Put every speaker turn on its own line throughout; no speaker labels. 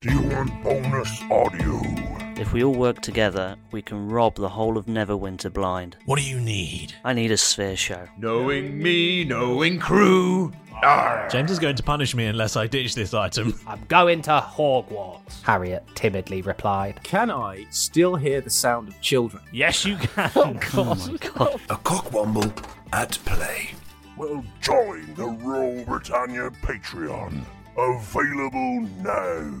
Do you want bonus audio?
If we all work together, we can rob the whole of Neverwinter blind.
What do you need?
I need a sphere show.
Knowing me, knowing crew. Arr.
James is going to punish me unless I ditch this item.
I'm going to Hogwarts.
Harriet timidly replied.
Can I still hear the sound of children?
Yes, you
Oh,
Oh,
can.
A cockwomble at play. Well, join the Royal Britannia Patreon. Available now.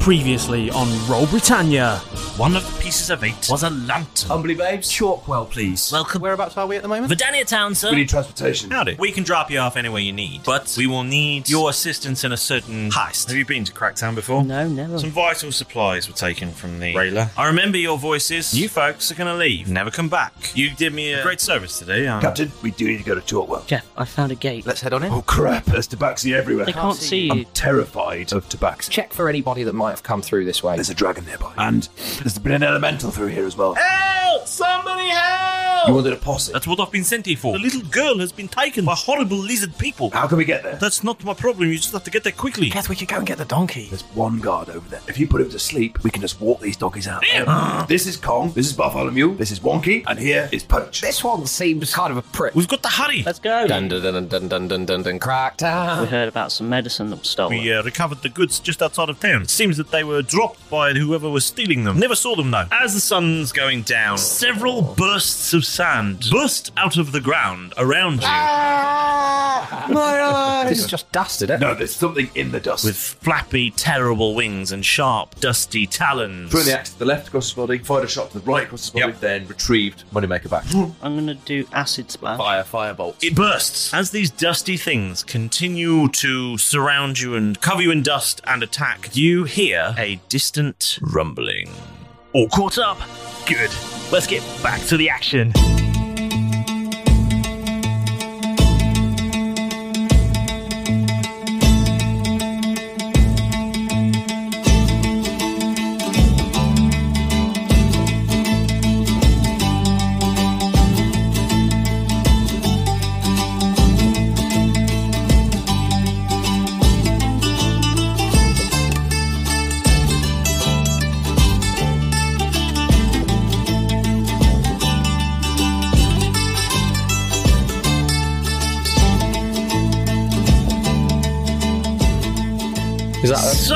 Previously on Roll Britannia.
One of the pieces of eight was a lantern.
Humbly babes, Chalkwell, please.
Welcome.
Whereabouts are we at the moment?
Vidania Town, sir.
We need transportation.
Howdy. We can drop you off anywhere you need, but we will need your assistance in a certain heist.
Have you been to Cracktown before?
No, never.
Some vital supplies were taken from the railer. I remember your voices. You folks are going to leave, never come back. You did me a great service today. Um,
Captain, we do need to go to Chalkwell.
Jeff, I found a gate.
Let's head on in.
Oh crap,
Mm.
there's tabaxi everywhere.
they can't, see you.
I'm terrified of tabaxi.
Check for anybody that might have come through this way.
There's a dragon nearby. And there's been an elemental through here as well.
Help! Somebody help!
You wanted a posse.
That's what I've been sent here for.
The little girl has been taken by horrible lizard people.
How can we get there?
That's not my problem. You just have to get there quickly.
Yes, we could go and get the donkey.
There's one guard over there. If you put him to sleep, we can just walk these doggies out. this is Kong, this is Bartholomew, this is Wonky, and here is Punch.
This one seems kind of a prick.
We've got to hurry.
Let's go.
Dun dun dun dun dun dun dun dun. Cracked
We
out.
heard about some medicine that was stolen.
We uh, recovered the goods just outside of town. It seems that they were dropped by whoever was stealing them. Never saw them though. As the sun's going down, several bursts of sand burst out of the ground around you,
Ah! This is just eh? dust, isn't it?
No, there's something in the dust.
with flappy, terrible wings and sharp, dusty talons.
Threw the axe to the left across his body, fired a shot to the right across his body,
Yep.
then retrieved Moneymaker back.
I'm going to do acid splash.
Fire, firebolt.
It bursts as these dusty things continue to surround you and cover you in dust and attack. You hear a distant rumbling. All caught up? Good. Let's get back to the action.
Is that
So,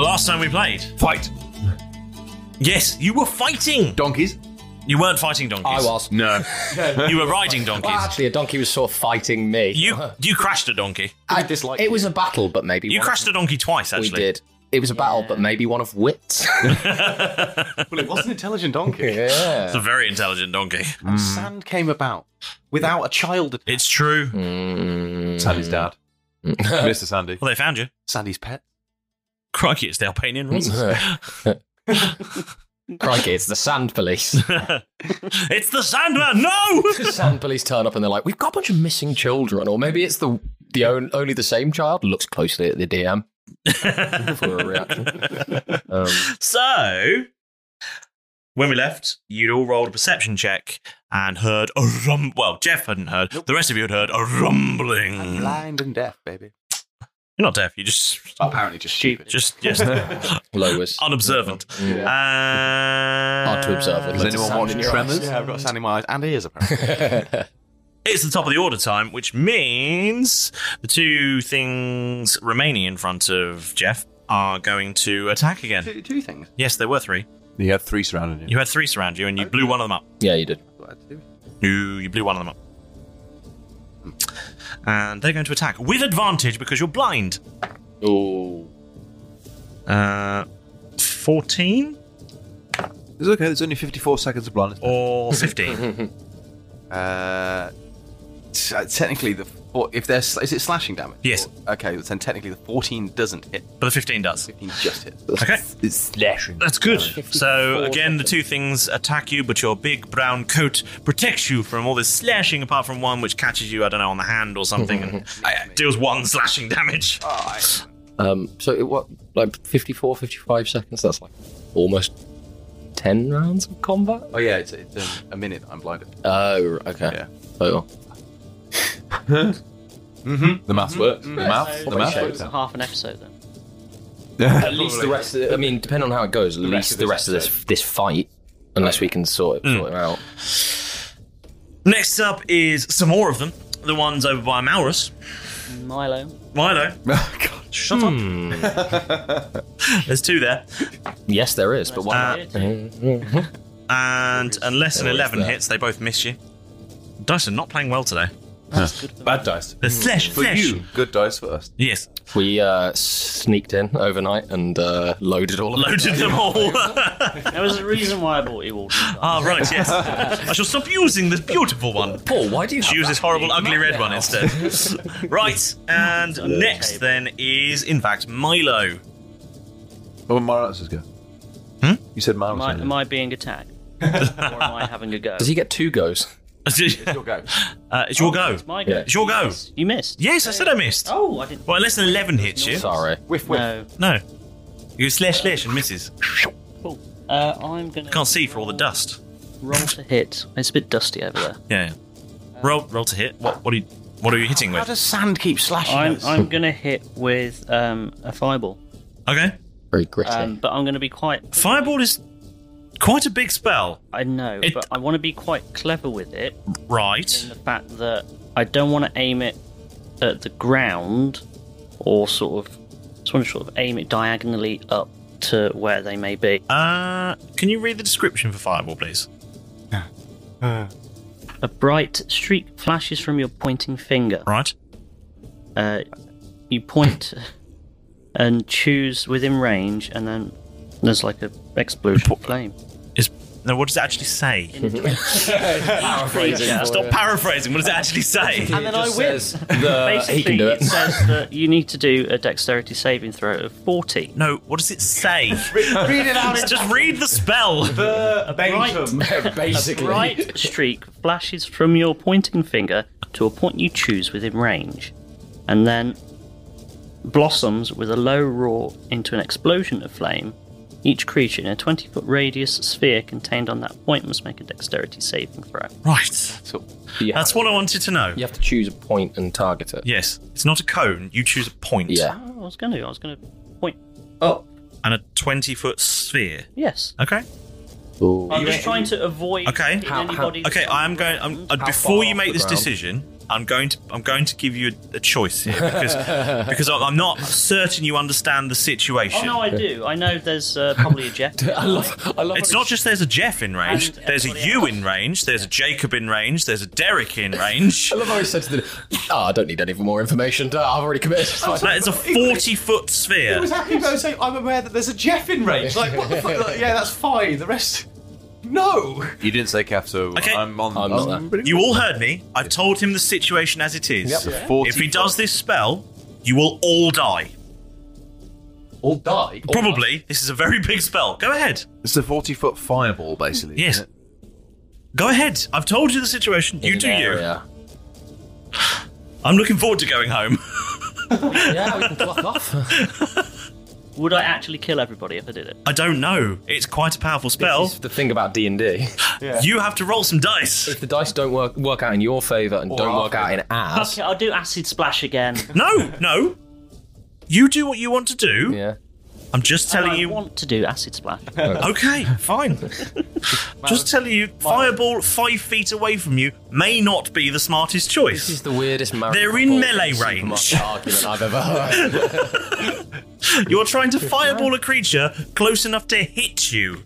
last time we played.
Fight.
Yes, you were fighting.
Donkeys.
You weren't fighting donkeys.
I was.
No. you were riding
Well,
donkeys.
actually, a donkey was sort of fighting me.
You you crashed a donkey.
I dislike it. was a battle, but maybe
You
one
crashed a donkey twice,
Of, we
actually.
did. It was a battle, but maybe one of wits.
well, it was an intelligent donkey.
It's
yeah.
a very intelligent donkey.
Mm.
Sand came about without a child.
It's true.
Mm.
Sandy's dad. Mr. Sandy.
Well, they found you.
Sandy's pet.
Crikey, it's the Albanian Russians.
Crikey, it's the sand police.
it's the Sandman! No!
sand police turn up and they're like, "We've got a bunch of missing children," or maybe it's the
the on, only the same child looks closely at the DM for a reaction. Um,
So, when we left, you'd all rolled a perception check and heard a rum. Well, Jeff hadn't heard. The rest of you had heard a rumbling.
Blind and deaf, baby.
You're not deaf. You just
apparently just stupid.
Just just
lowest,
unobservant. Uh,
Hard to observe it. Does Like anyone sound watch in your Tremors? eyes.
Yeah, I've got sound in my eyes and ears apparently.
It's the top of the order time, which means the two things remaining in front of Jeff are going to attack again.
two, two things.
Yes, there were three.
You had three surrounding
You had three surround you, and you blew one of them up.
Yeah, you did.
No, you blew one of them up. Mm. And they're going to attack with advantage because you're blind.
Oh.
Uh, 14?
It's okay, there's only 54 seconds of blindness.
Or 15.
uh, t- uh, technically, the four, if there's is it slashing damage?
Yes.
okay, then technically the fourteen doesn't hit,
but the fifteen does.
Fifteen just hits.
Okay.
It's slashing.
That's good. So again, the two things attack you, but your big brown coat protects you from all this slashing, apart from one which catches you, I don't know, on the hand or something, and uh, deals one slashing damage.
Um, so it what like 54, 55 seconds. That's like almost ten rounds of combat.
Oh yeah, it's, it's um, a minute. I'm blinded.
Oh, okay. Yeah. Total.
mm-hmm. The math works. The
Yeah.
math. The
Probably
math
shows
works.
that.
Half an episode then.
at least the rest. Of the, I mean, depending on how it goes, at least the rest of this this fight, unless we can sort it,
Mm.
sort it out.
Next up is some more of them. The ones over by Maurus.
Milo.
Milo. Oh, God, shut
Hmm.
up. There's two there.
Yes, there is, but
Uh,
why? not?
And unless an
There is
11
that.
hits, they both miss you. Dyson, not playing well today.
Bad dice.
The slash,
for
slash.
you. Good dice for us.
Yes.
We uh, sneaked in overnight and uh, loaded all of them.
Loaded them all.
there was a reason why I bought you all.
Ah, right, yes. I shall stop using this beautiful one.
Paul, why do you
She use this horrible, ugly red one instead? right, and next then is, in fact, Milo.
Oh, Maros is good.
Hmm?
You said Maros.
Am I, am I being attacked? or am I having a go? Oh,
Does he get two goes?
it's your
go.
Uh, it's your go.
It's my go.
It's your go.
You missed.
Yes, I said I missed.
Oh, I didn't.
Well, unless an 11 hits you.
Sorry.
Whiff,
whiff. No.
No. You slash, slash, and misses.
Uh, I'm going to
Can't see for all the dust.
roll to hit. It's a bit dusty over there.
Yeah. Roll, roll to hit. What, what, are, you, what are you hitting with?
sand keep slashing
I'm, I'm going to hit with um, a fireball.
Okay.
Very gritty.
Um, but I'm going to be quite.
Fireball is quite a big spell.
I know, but I want to be quite clever with it.
Right.
In the fact that I don't want to aim it at the ground or sort of. just want to sort of aim it diagonally up to where they may be.
Uh, can you read the description for Fireball, please?
A bright streak flashes from your pointing finger.
Right.
Uh, you point and choose within range, and then there's like a explosion of flame.
Is now what does it actually say?
Paraphrasing.
Yeah, Stop paraphrasing. What does it actually say?
And then I win. Basically,
Basically,
it says that you need to do a dexterity saving throw of 40.
No, what does it say?
read it out.
Just read the spell.
The
Bright,
Basically.
A bright streak flashes from your pointing finger to a point you choose within range, and then blossoms with a low roar into an explosion of flame. Each creature in a 20 foot radius sphere contained on that point must make a dexterity saving throw.
Right.
That's
what I wanted to know.
You have to choose a point and target it.
Yes, it's not a cone. You choose a point.
Yeah.
Oh, I was going to, I was going to point. Oh.
And a twenty-foot sphere.
Yes.
Okay.
I'm just trying to avoid
Okay.
hitting anybody.
okay. I am going. I'm, uh,
How
before
far
you
off
make
the
this
ground?
decision, I'm going to. I'm going to give you a, a choice here because because I'm I'm not certain you understand the situation.
Oh no, I do. I know there's uh, probably a jet. I love.
I love
It's not just there's a Jeff in range.
And
There's a you in range. There's a Jacob in range. There's a Derek in range.
I love how he said to the.
Ah,
Oh, I don't need any more information.
Uh,
Duh, I've already committed. It's fine.
That is a forty-foot
It
sphere.
was happy about saying I'm aware that there's a Jeff in range. Like what the fuck? Like, yeah, that's fine. The rest, no.
You didn't say Kef, so
Okay.
I'm on.
I'm not there.
You all heard me. I've told him the situation as it is.
Yep. Yeah.
If he does this spell, you will all die.
All die.
Probably. This is a very big spell. Go ahead.
It's a 40 foot fireball, basically.
Yes. Go ahead. I've told you the situation. You do you. I'm looking forward to going home.
yeah, we can fuck off.
Would I actually kill everybody if I did it?
I don't know. It's quite a powerful spell.
This is the thing about D and D.
You have to roll some dice.
If the dice don't work work out in your favour and don't
our
work out in ours,
Okay, I'll do acid splash again.
No, no. You do what you want to do.
Yeah.
I'm just telling you.
want to do acid splash.
okay, fine. just telling you, fireball five feet away from you may not be the smartest choice. This
is the weirdest.
They're in melee range.
argument I've ever heard.
You're trying to fireball a creature close enough to hit you.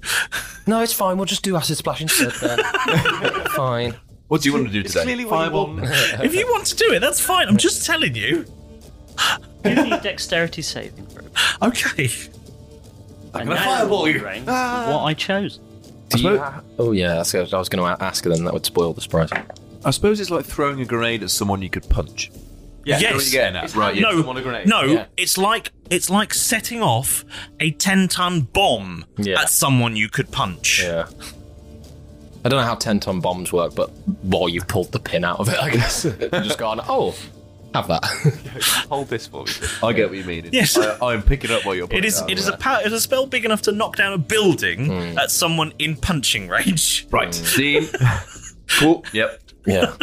no, it's fine. We'll just do acid splash instead. Then. fine.
What do you want to do today?
Clearly, what you want.
if you want to do it, that's fine. I'm just telling you.
Give me dexterity saving throw.
Okay.
I'm
gonna fireball you. Ah.
What I chose.
Do you ha- oh yeah, that's good. I was going to ask her then. That would spoil the surprise.
I suppose it's like throwing a grenade at someone you could punch. Yeah,
yes.
that's what you're getting at, right? yeah.
No,
Someone a grenade.
no.
Yeah.
It's like it's like setting off a ten-ton bomb at someone you could punch.
Yeah. I don't know how ten ton bombs work, but well, you've pulled the pin out of it. I guess You've just gone. Oh, have that.
Hold this for me. I get what you mean.
Yes.
I, I'm picking up what you're.
It
putting
is.
down,
It is
yeah.
a power, it is a spell big enough to knock down a building at someone in punching range.
Right. Dean. cool. Yep.
Yeah.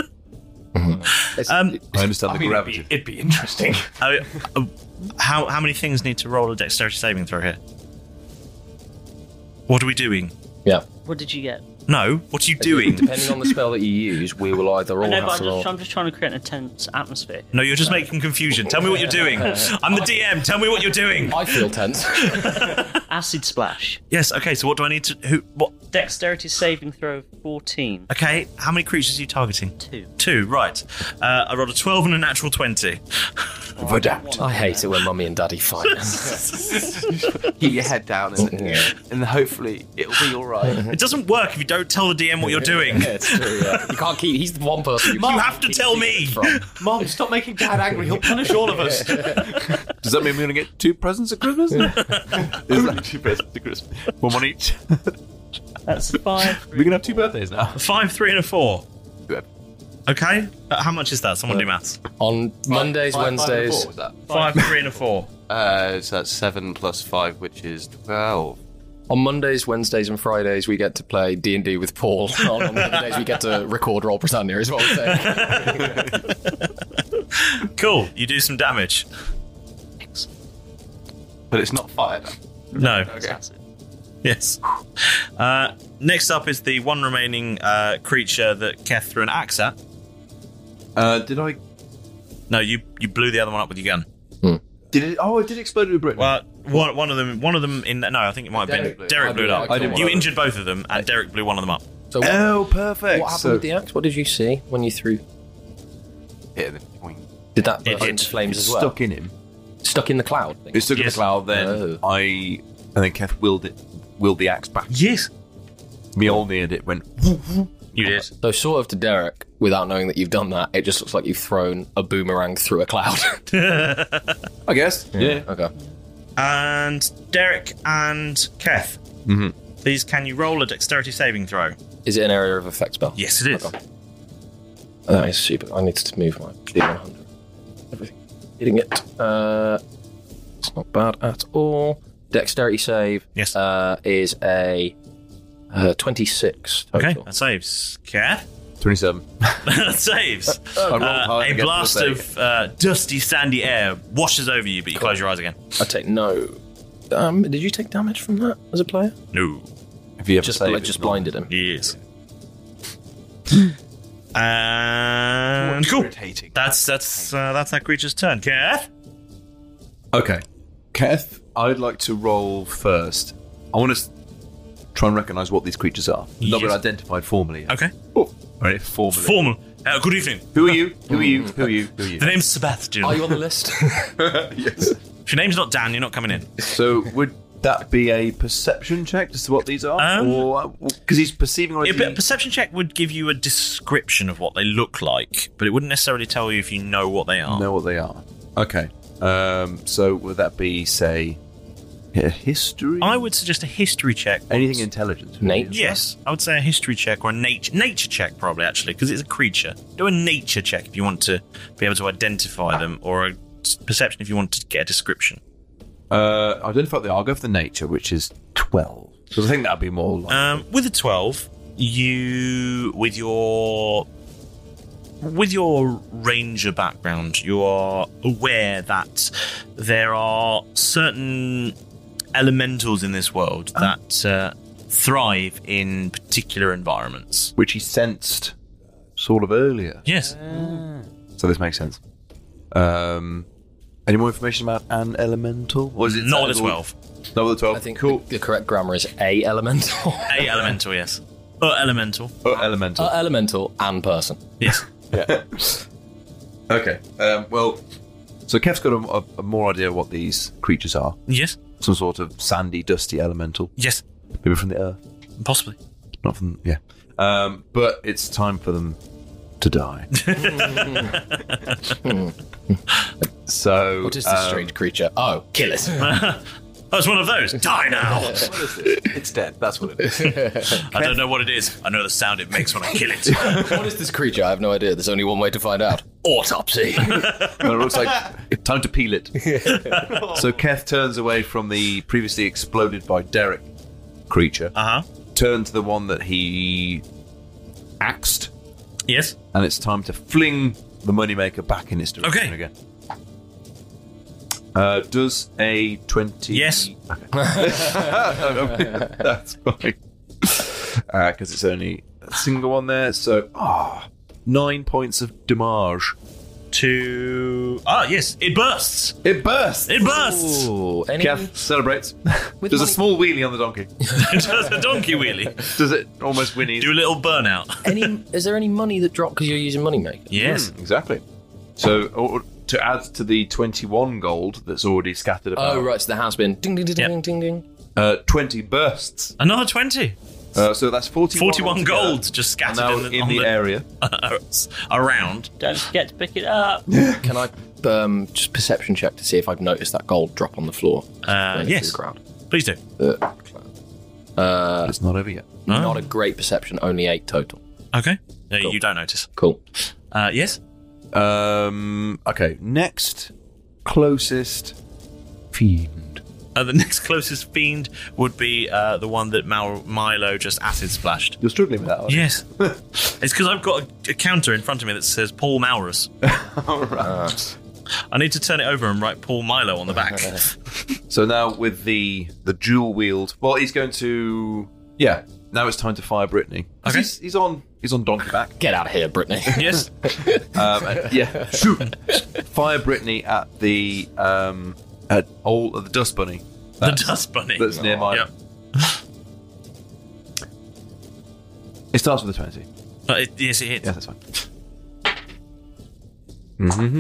Um,
I understand the
I mean, it'd
gravity.
be, it'd be interesting.
uh, uh, how how many things need to roll a dexterity saving throw here? What are we doing?
Yeah.
What did you get?
No. What are you doing?
Depending on the spell that you use, we will either
I
all
know, but
have
I'm
to roll.
just, I'm just trying to create an intense atmosphere.
No, you're just making confusion. Tell me what you're doing. I'm the DM. Tell me what you're doing.
I feel tense.
Acid splash.
Yes. Okay. So what do I need to? Who? What?
Dexterity saving throw of 14.
Okay. How many creatures are you targeting?
Two.
Two. Right. Uh, I rolled a twelve and a natural twenty.
Verdammt.
I hate it when mummy and daddy fight.
Keep your head down and,
yeah.
and hopefully it'll be all right.
It doesn't work if you don't tell the DM what you're doing.
Yeah, it's true. Yeah. You can't keep. He's the one person you
You
can't
have to
keep
tell me.
secrets From.
Mom, stop making Dad angry. He'll punish all of us.
Does that mean we're gonna get two presents at Christmas? Is that two presents at Christmas? One on each.
That's five.
We're gonna have two birthdays now.
A five, three, and a four. Okay. Uh, how much is that? Someone do maths.
On Mondays,
Five- five and a
Wednesdays.
four, was that?
Five, three, and a four.
Uh, so that's seven plus five, which is twelve.
on Mondays, Wednesdays, and Fridays, we get to play D and D with Paul. on, on the other days, we get to record Roll Britannia. Is what we're saying.
Cool. You do some damage.
But it's not fire. damage.
No.
That's it.
Yes. Uh, next up is the one remaining uh, creature that Keth threw an axe at.
Uh, did I?
No, you you blew the other one up with your gun.
Did it? Oh, it did explode with Britain.
Well, one, one of them, one of them in no, I think it might have
Derek
been
blew-
Derek
I
blew it
blew-
up.
I did
you
one.
injured both of them, and Derek blew one of them up.
So what,
oh, perfect.
what happened
So-
with the axe? What did you see when you threw?
Hit the point.
Did that
It
burst
hit.
into flames
It's
as well?
stuck in him.
Stuck in the cloud. Thing.
It stuck in the
Yes.
cloud. Then
Oh.
I and then Keth willed it, willed the axe back.
Yes,
Mjolnir and it went.
you did.
So sort of to Derek, without knowing that you've done that, it just looks like you've thrown a boomerang through a cloud.
I guess. Yeah.
okay.
And Derek and Keth,
Mhm.
please can you roll a dexterity saving throw?
Is it an area of effect spell?
Yes, it is.
Okay. Uh, That is stupid. I need to move my D100. Everything. Hitting it. Uh, it's not bad at all. Dexterity save
Yes.
uh, is a uh, 26
Okay,
total.
that saves. Keth.
Twenty-seven.
that saves.
I rolled
Uh,
hard
a
against
blast
the
of uh, dusty, sandy air washes over you, but you close your eyes again.
I take no. Um, did you take damage from that as a player?
No.
If you ever
Just,
save
bl-
it,
just
not-
blinded him.
Yes. and cool.
Irritating.
That's that's uh, that's that creature's turn. Keth.
Okay. Keth, I'd like to roll first. I want to try and recognise what these creatures are. Not been
Yes.
identified formally. Yet.
Okay.
Oh, right, formally.
Formal. Uh, good evening.
Who are you? Who are you? Who are you? Who are you?
The name's Sebastian.
Are you on the list?
If your name's not Dan, you're not coming in.
So would that be a perception check as to what these are,
Um,
or because he's perceiving or
Yeah,
is
but
he-
a perception check would give you a description of what they look like, but it wouldn't necessarily tell you if you know what they are.
know what they are? Okay. Um, so would that be say A history?
I would suggest a history check.
Anything intelligence?
Nature?
Yes, I would say a history check or a nature nature check probably actually because it's a creature. Do a nature check if you want to be able to identify them, or a s- perception if you want to get a description.
Uh, identify the. I'll go for the nature, which is twelve. So I think that'd be more. Like,
Um, with a twelve, you with your with your ranger background, you are aware that there are certain elementals in this world that uh, thrive in particular environments.
which he sensed sort of earlier.
Yes.
Ah.
So this makes sense. Um, any more information about an elemental? Or is it
Not with a 12.
Not with a twelve.
I think cool. the, the correct grammar is a elemental.
A elemental, yes. Uh, elemental.
Uh, elemental.
Uh, elemental and person.
Yes.
yeah. okay. Um, well, so Kev's got a, a, a more idea what these creatures are.
Yes.
Some sort of sandy, dusty elemental.
Yes.
Maybe from the earth.
Possibly.
Not from yeah. Um, but it's time for them to die. so
What is this
um,
strange creature? Oh, kill it.
That's one of those. Die now!
It's dead. That's what it is.
I don't know what it is. I know the sound it makes when I kill it.
what is this creature? I have no idea. There's only one way to find out. Autopsy.
and it looks like time to peel it. so Keth turns away from the previously exploded by Derek creature.
Uh huh.
Turn to the one that he axed,
Yes.
and it's time to fling the moneymaker back in its direction
Okay.
again. Uh, does a twenty?
Yes.
That's fine. Because it's only a single one there. So, ah, nine points of damage.
To. Ah, yes. It bursts.
It bursts.
It bursts.
Ooh, any-
Kev celebrates. There's a
money-
small wheelie on the donkey.
It does a donkey wheelie.
Does it almost whinnies?
Do a little burnout.
any, is there any money that dropped because you're using moneymaker?
Yes.
Mm, exactly. So, or, to add to the 21 gold that's already scattered about,
Oh, right. So there has been. Ding, ding, ding,
Yep.
ding, ding, ding.
uh, 20 bursts.
Another 20.
Uh, so that's 41,
41
altogether.
gold just
And
scattered
now
in the,
in
on
the area.
around.
Don't forget to pick it up.
Can I um, just perception check to see if I've noticed that gold drop on the floor?
Uh,
Going through
yes.
The ground. Uh,
Please do.
it's not over yet.
Not a great perception, only eight total.
Okay. No, You don't notice.
Cool.
Uh, yes.
Um, okay, next closest fiend.
Uh, the next closest fiend would be uh, the one that Mal- Milo just acid splashed.
You're struggling with that, aren't you?
Yes. it's because I've got a, a counter in front of me that says Paul Maurus. I need to turn it over and write Paul Milo on the back.
So now with the the dual wield, well, he's going to yeah. Now it's time to fire Brittany. 'Cause
Okay.
He's, he's on he's on donkey back.
Get out of here, Brittany.
yes.
Um, and- yeah, shoot, fire Brittany at the um at all at the dust bunny
The Dust Bunny.
that's near my.
Yep.
It starts with a twenty.
Uh, it- yes, it hits.
Yeah, that's fine.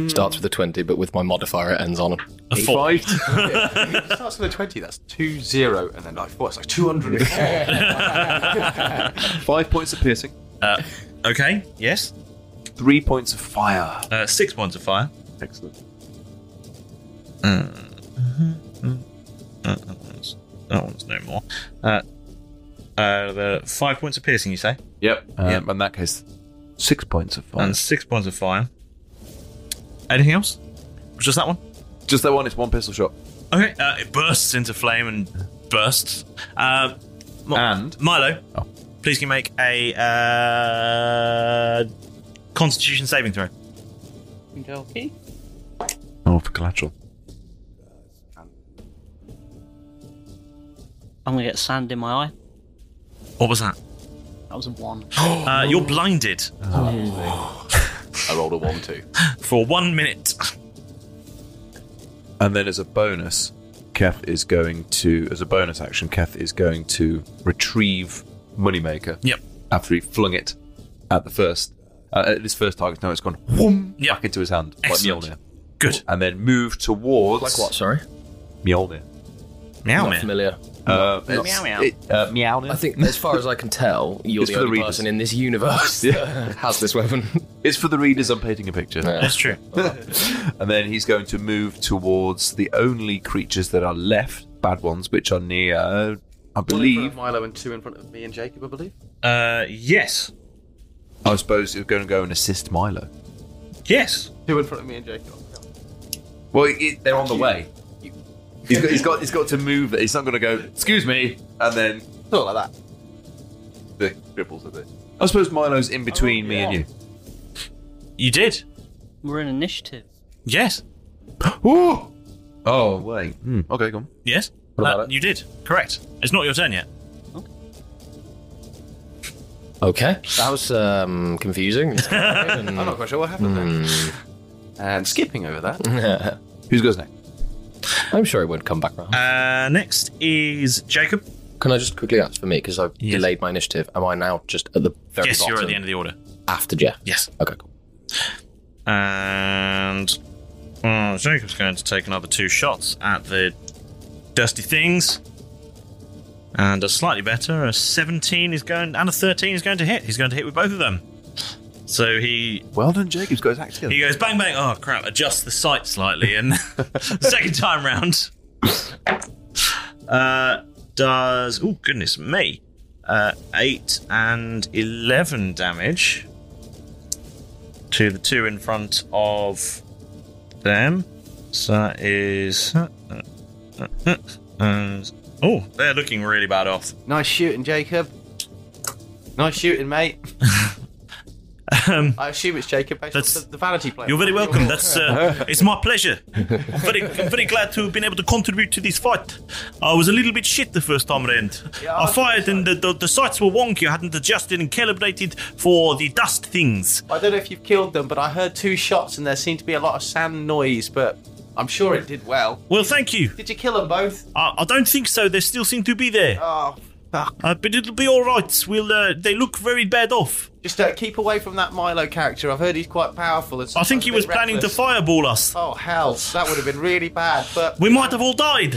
Starts with a 20, but with my modifier, it ends on a.
A four.
Five.
It starts with a 20, that's 2 0, and then like 4, it's like 204.
Five points of piercing.
Uh, okay. Yes.
Three points of fire.
Uh, six points of fire.
Excellent.
Mm-hmm.
Uh, that, one's, that one's no more. Uh, uh, the five points of piercing, you say,
Yep. Um,
Yep.
In that case, six points of fire.
and six points of fire. Anything else? Just that one.
Just that one. It's one pistol shot.
Okay. Uh, it bursts into flame and bursts. Uh, Mi-
And?
Milo,
Oh.
please can you make a uh, Constitution saving throw.
Donkey.
Oh, for collateral.
I'm gonna get sand in my eye.
What was that?
That was a one.
Uh, you're blinded
Oh.
I rolled a 1 2.
for one minute.
And then as a bonus, Keth is going to, as a bonus action, Keth is going to retrieve Moneymaker.
Yep.
After he flung it at the first, uh, at his first target. Now it's gone whoom,
Yep.
back into his hand,
Excellent.
like Mjolnir.
Good.
And then move towards
Like what, sorry?
Mjolnir.
Meow
Not
man.
familiar.
Uh, it's-
Meow, meow.
It, uh, Meowner.
I think, as far as I can tell, you're
It's
the
for the
only
readers.
person in this universe that has this weapon.
it's for the readers. I'm painting a picture.
That's true.
and then he's going to move towards the only creatures that are left bad ones, which are near, I
One in
believe.
front of Milo and two in front of me and Jacob, I believe.
Uh, yes.
I suppose you're going to go and assist Milo.
Yes.
Two in front of me and Jacob.
Well, it, it- they're on the way. He's got, he's got, he's got to move it. He's not going to go, excuse me, and then. Not like that. The ripples of it. I suppose Milo's in between me and you.
You did.
We're in initiative.
Yes.
Ooh! Oh, wait. Hmm, Okay, come on.
Yes.
What
Uh, you did. Correct. It's not your turn yet.
Okay, that was um, confusing. Hmm.
I'm not quite sure what happened
there.
And skipping over
that.
Who's goes next?
I'm sure it won't come back round.
Uh, next is Jacob.
Can I just quickly ask for me because I've delayed my initiative? Am I now just at the very
yes, you're at the
bottom
end of the order.
after Jeff?
Yes.
Okay. Cool.
And uh, Jacob's going to take another two shots at the Dusty Things. And a slightly better, a 17 is going, and a 13 is going to hit. He's going to hit with both of them. So he.
Well done, Jacob's got his act together.
He goes bang bang. Oh crap! Adjust the sight slightly, and second time round uh, does oh goodness me, uh, eight and eleven damage to the two in front of them. So that is and oh, they're looking really bad off.
Nice shooting, Jacob. Nice shooting, mate.
Um,
I assume it's Jacob based on the, the vanity player.
You're very welcome. That's uh, it's my pleasure. I'm very, I'm very glad to have been able to contribute to this fight. I was a little bit shit the first time round. I fired and the, the, the sights were wonky. I hadn't adjusted and calibrated for the dust things.
I don't know if you've killed them, but I heard two shots and there seemed to be a lot of sand noise, but I'm sure it did well.
Well, thank you.
Did you kill them both?
I, I don't think so. They still seem to be there.
Oh, fuck.
Uh, but it'll be all right. We'll. Uh, they look very bad off.
Just uh, keep away from that Milo character. I've heard he's quite powerful. And
I think
sometimes
he
a
was
bit
planning to
reckless.
fireball us.
Oh hell, that would have been really bad. But
We might have all died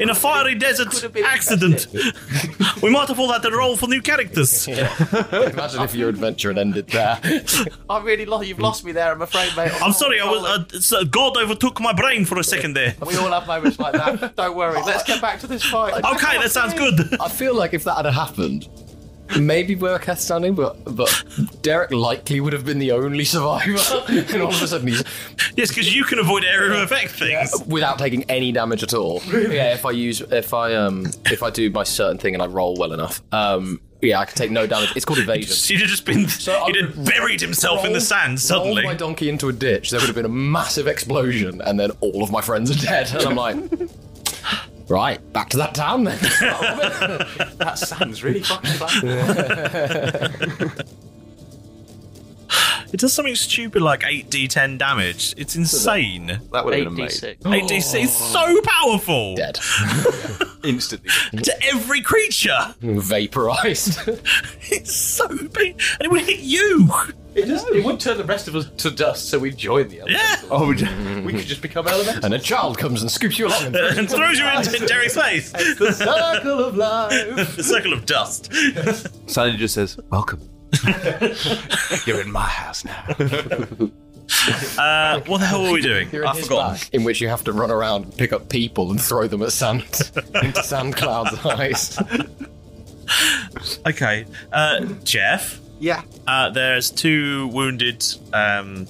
in a fiery desert accident. we might have all had to roll for new characters.
Imagine if your adventure had ended there.
I really lost. You've lost me there. I'm afraid, mate.
I'm sorry, I was, uh, it's, uh, God overtook my brain for a second there.
We all have moments like that. Don't worry. Let's get back to this fight.
Okay, that sounds good.
I feel like if that had happened, maybe we were cast standing, but but Derek likely would have been the only survivor. and all of a sudden, he's
yes, because you can avoid area of effect things
without taking any damage at all. Yeah, if I use if I um if I do my certain thing and I roll well enough, um yeah, I can take no damage. It's called evasion.
He'd have just been. he'd have buried himself in the sand
Rolled
suddenly.
my donkey into a ditch. There would have been a massive explosion, and then all of my friends are dead. And I'm like, right, back to that town then.
that sounds really fucking
It does something stupid like 8d10 damage. It's insane.
That
would have been amazing.
8d6 is so powerful.
Dead.
Instantly.
to every creature.
Vaporized.
it's so big. And it would hit you.
It, just, it would turn the rest of us to dust, so we'd join the elemental.
Yeah.
Oh,
we could just become elemental.
And a child comes and scoops you along
and throws you into Jerry's face. It's
the circle of life.
the circle of dust.
Sandy just says, welcome. You're in my house now.
Uh, what the hell were we doing?
You're in
I
his
forgot.
back, in which you have to run around and pick up people and throw them at sand into sand clouds eyes.
Okay, uh, Jeff.
Yeah.
Uh, there's two wounded, um,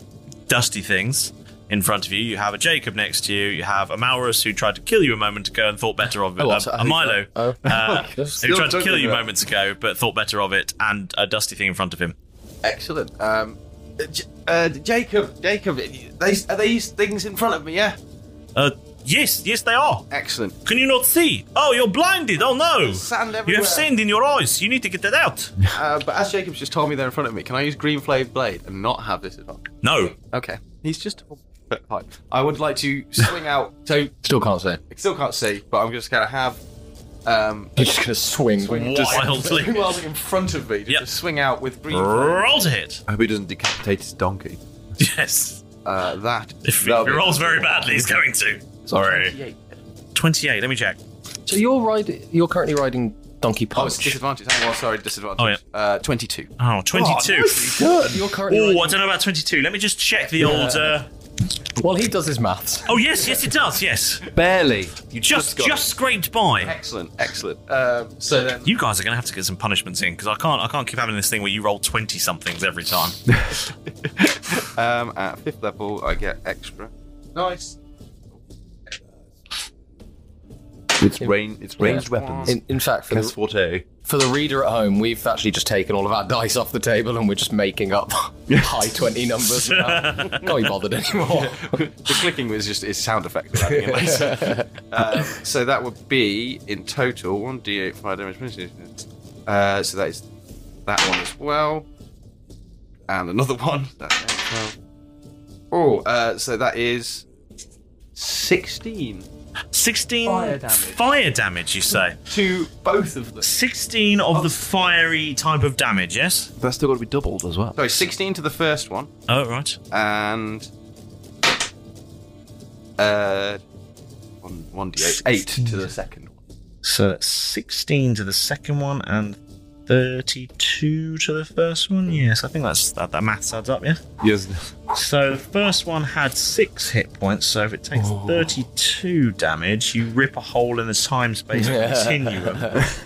dusty things in front of you. You have a Jacob next to you. You have a Maurus who tried to kill you a moment ago and thought better of it.
Oh,
uh,
so-
a Milo
Oh.
uh, who
Still
tried to
talking
kill you
about-
moments ago but thought better of it, and a dusty thing in front of him.
Excellent. Um, uh, J- uh, Jacob, Jacob, they, are these things in front of me? Yeah.
Uh, yes, yes, they are.
Excellent.
Can you not see? Oh, you're blinded. Oh no!
Sand
you
everywhere.
have sand in your eyes. You need to get that out.
Uh, but as Jacob's just told me they're in front of me, can I use green flame blade and not have this advantage?
No.
Okay. He's just. But fine. I would like to swing out. So
Still can't say.
I still can't see, but I'm just gonna have. Um,
You're just gonna swing,
just-
wildly.
wildly in front of me. to Just swing out with green.
Roll to hit.
I hope he doesn't decapitate his donkey.
Yes.
Uh, that.
If he rolls very badly, he's going to. Sorry.
28.
28, let me check.
So you're riding. You're currently riding Donkey
Oh, it's
Punch.
disadvantage. Hang on, sorry, disadvantage.
Oh, yeah.
Uh, 22.
Oh, 22.
nicely done. You're currently
oh,
riding-
I don't know about 22. Let me just check the old. Uh,
Well, he does his maths.
Oh yes, yes it does. Yes,
barely.
You just just, scraped by.
Excellent, excellent. Um, so then
you guys are going to have to get some punishments in because I can't I can't keep having this thing where you roll twenty somethings every time.
Um, at fifth level, I get extra. Nice.
It's rain. It's ranged
Yeah.
weapons.
In, in fact, for
Cas
the, for the reader at home, we've actually just taken all of our dice off the table and we're just making up high twenty numbers. now. Can't be bothered anymore.
the clicking was just is sound effect. we're adding in later. um, so that would be in total one d8 fire damage. Uh, so that is that one as well, and another one. That as well. Oh, uh, so that is sixteen.
16
Fire damage.
fire damage, you say?
To both of them.
16 of the fiery type of damage, yes?
That's still got to be doubled as well.
Sorry, sixteen to the first one,
Oh, right.
and uh, one one d8 eight to the second.
So that's 16 to the second one and 32 to the first one. Yes, I think that's that, that maths adds up, yeah?
Yes.
So the first one had six hit points, so if it takes
Oh.
32 damage, you rip a hole in the time space continuum.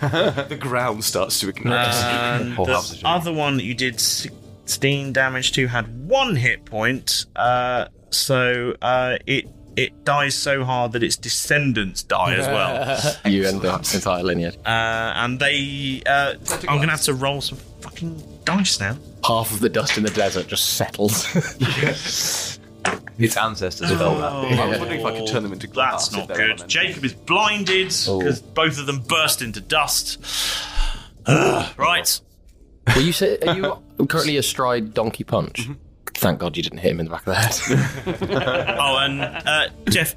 the ground starts to ignite.
And the other one that you did 16 damage to had one hit point. Uh, so uh, it it dies so hard that its descendants die as well.
you and the entire lineage.
Uh, and they, uh, I'm gonna have to roll some fucking dice now.
Half of the dust in the desert just settles.
Its ancestors have
felt
Oh, That's not good. Jacob is blinded because both of them burst into dust. Ugh, right.
Well, you say are you currently astride Donkey Punch?
Mm-hmm.
Thank God you didn't hit him in the back of the head.
oh, and uh, Jeff,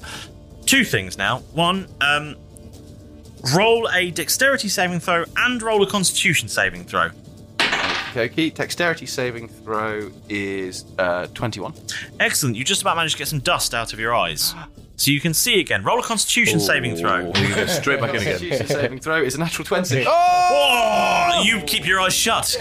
two things now. One, um, roll a dexterity saving throw and roll a constitution saving throw.
Okay, dexterity saving throw is uh, 21.
Excellent. You just about managed to get some dust out of your eyes. So you can see again. Roll a constitution saving throw.
Here we go, straight back in again.
Constitution saving throw is a natural 20.
Oh! You keep your eyes shut.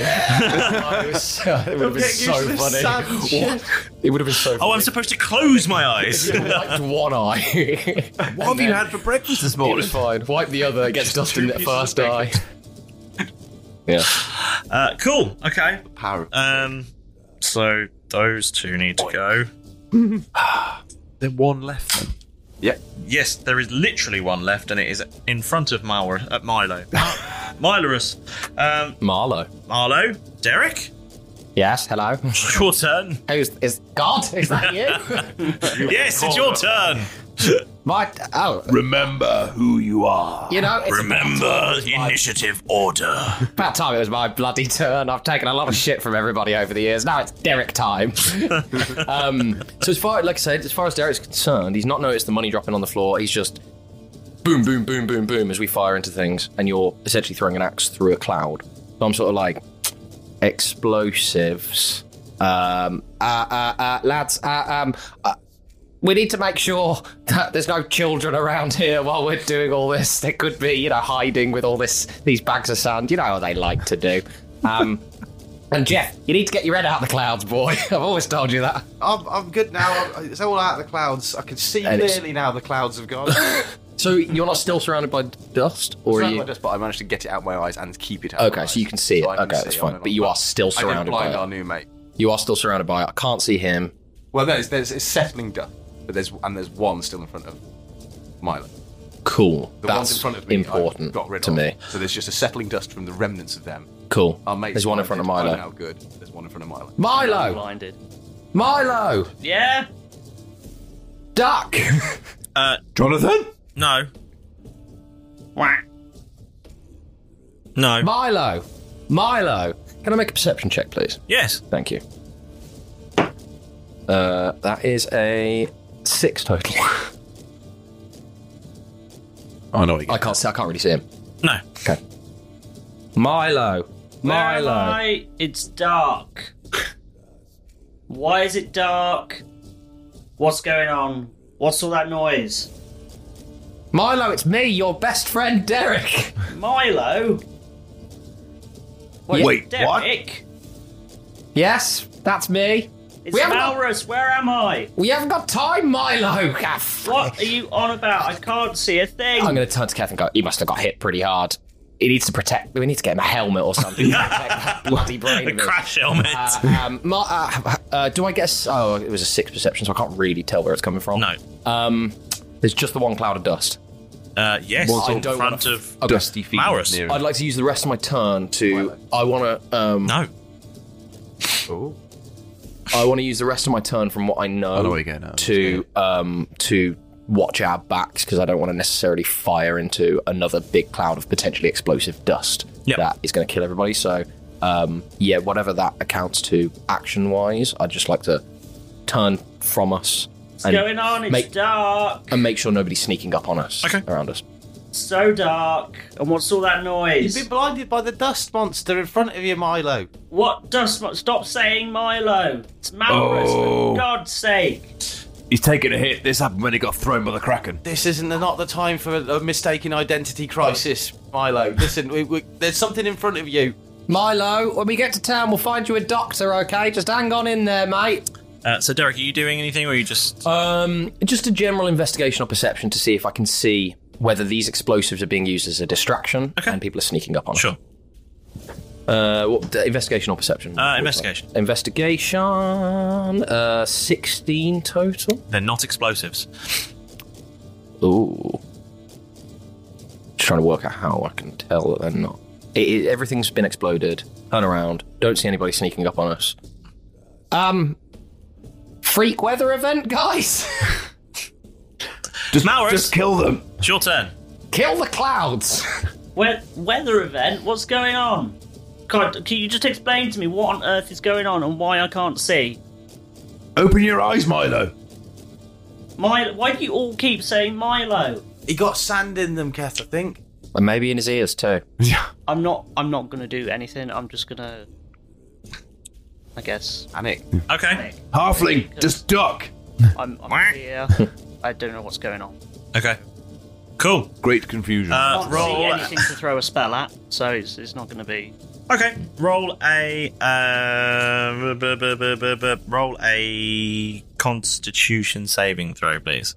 it would have been so funny. What? It would have been so.
Oh, I'm supposed to close my eyes.
You wiped one eye.
what have you had for breakfast this
morning? fine. Wipe the other. It gets dust in the first eye. Yeah.
Uh, cool. Okay.
Power.
Um. So those two need to go.
Then one left. Then.
Yeah.
Yes, there is literally one left, and it is in front of uh, Milo. At Milo. Milorus. Um,
Marlo.
Marlo. Derek.
Yes. Hello.
It's your turn.
Who's is God? Is that you?
yes, it's your turn.
My oh.
Remember who you are.
You know, it's-
remember
initiative order.
About time it was my bloody turn. I've taken a lot of shit from everybody over the years. Now it's Derek time. um, so as far, like I said, as far as Derek's concerned, he's not noticed the money dropping on the floor. He's just boom, boom, boom, boom, boom as we fire into things, and you're essentially throwing an axe through a cloud. So I'm sort of like explosives. Um, uh, uh, uh, lads, uh, um, uh, we need to make sure that there's no children around here while we're doing all this. They could be, you know, hiding with all this these bags of sand. You know how they like to do. Um, and Jeff, you need to get your head out of the clouds, boy. I've always told you that.
I'm, I'm good now. I'm, it's all out of the clouds. I can see
And it's-
clearly now the clouds have gone.
So you're not still surrounded by dust, or are
Sorry,
you?
I just- but I managed to get it out of my eyes and keep it out. of my
Okay,
eyes.
so you can see it.
I can
okay,
see
that's
it.
fine.
I'm
But you are
not- I
still
didn't
surrounded by
blind our
it.
new mate.
You are still surrounded by it. I can't see him.
Well, there's, there's it's settling dust, but there's and there's one still in front of Milo.
Cool.
The ones
That's
in front of me, I
important
got rid
to
of.
me.
So there's just a settling dust from the remnants of them.
Cool.
Our mate's
There's one in front of
blinded.
Milo.
I'm now good. There's one in front of Milo.
Milo!
Blinded.
Milo!
Yeah.
Duck!
Uh,
Jonathan?
No. No.
Milo! Milo! Can I make a perception check, please?
Yes.
Thank you. Uh, that is a six total.
oh no, I
can't. See, I can't really see him.
No.
Okay. Milo. Milo.
It's dark. Why is it dark? What's going on? What's all that noise?
Milo, it's me, your best friend Derek.
Milo?
Wait,
Derek?
Yes, that's me.
It's Malrus, where am I?
We haven't got time, Milo. Ah, f-
What are you on about? I can't see a thing.
I'm going to turn to Keth and go, he must have got hit pretty hard. He needs to protect. We need to get him a helmet or something. to protect that bloody brain. A
crash helmet.
um, my, uh, uh, do I guess? Oh, it was a six perception, so I can't really tell where it's coming from.
No.
Um, there's just the one cloud of dust.
Uh, yes,
Well, I
in
don't
front
wanna-
of
Okay.
Dusty Maurus.
I'd like to use the rest of my turn to. I want to. Um,
no.
Oh. I want to use the rest of my turn from what I know,
I know where you're going now.
to um, to watch our backs because I don't want to necessarily fire into another big cloud of potentially explosive dust that is going to kill everybody. So um, yeah, whatever that accounts to action wise, I'd just like to turn from us
What's going on? It's
make,
dark.
and make sure nobody's sneaking up on us around us.
So dark. And what's all that noise?
You've been blinded by the dust monster in front of you, Milo.
What dust? mon- Stop saying Milo. It's Malrus,
Oh.
for God's sake.
He's taking a hit. This happened when he got thrown by the Kraken.
This isn't the, not the time for a, a mistaken identity crisis, Milo. Listen, we, we, there's something in front of you.
Milo, when we get to town, we'll find you a doctor. Okay, just hang on in there, mate.
Uh, so, Derek, are you doing anything, or are you just
Um, just a general investigation or perception to see if I can see whether these explosives are being used as a distraction and people are sneaking up on us. Sure. Uh, what, the investigation or perception?
Uh, investigation.
Investigation. Uh, sixteen total.
They're not explosives.
Ooh. Just trying to work out how I can tell that they're not. It, it- everything's been exploded. Turn around. Don't see anybody sneaking up on us.
Um,
freak weather event, guys.
Just Maurus,
just kill them.
It's your turn.
Kill the clouds.
We- weather event? What's going on? God, can you just explain to me what on earth is going on and why I can't see?
Open your eyes, Milo.
Milo, why do you all keep saying Milo?
He got sand in them, Kath, I think.
And maybe in his ears too. Yeah.
I'm not. I'm not gonna do anything. I'm just gonna. I guess.
Panic.
Okay.
Halfling, just duck.
I'm, I'm here. I don't know what's going on.
Okay. Cool.
Great
Uh,
confusion.
I can't see anything to throw a spell at, so it's, it's not gonna be.
Okay. Roll a uh, b- b- b- b- b- roll a Constitution saving throw, please.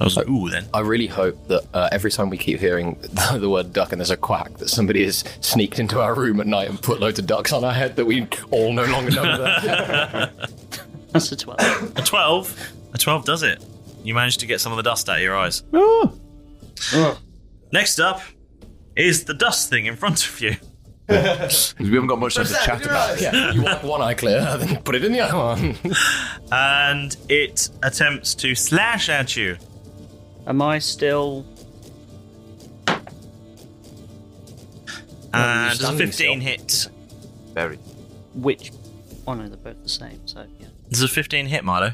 I, ooh, then.
I really hope that uh, every time we keep hearing the, the word duck and there's a quack, that somebody has sneaked into our room at night and put loads of ducks on our head that we all no longer know. about.
That's a twelve.
A twelve. A twelve does it. You managed to get some of the dust out of your eyes.
Oh.
Next up is the dust thing in front of you.
Because we haven't got much time to
What's that?
chat about.
yeah, you wipe one eye clear, then put it in the other one.
and it attempts to slash at you.
Am I still?
And Uh, does a fifteen hit?
Very.
Which? Oh no, they're both the same. So yeah.
Does a fifteen hit, Milo?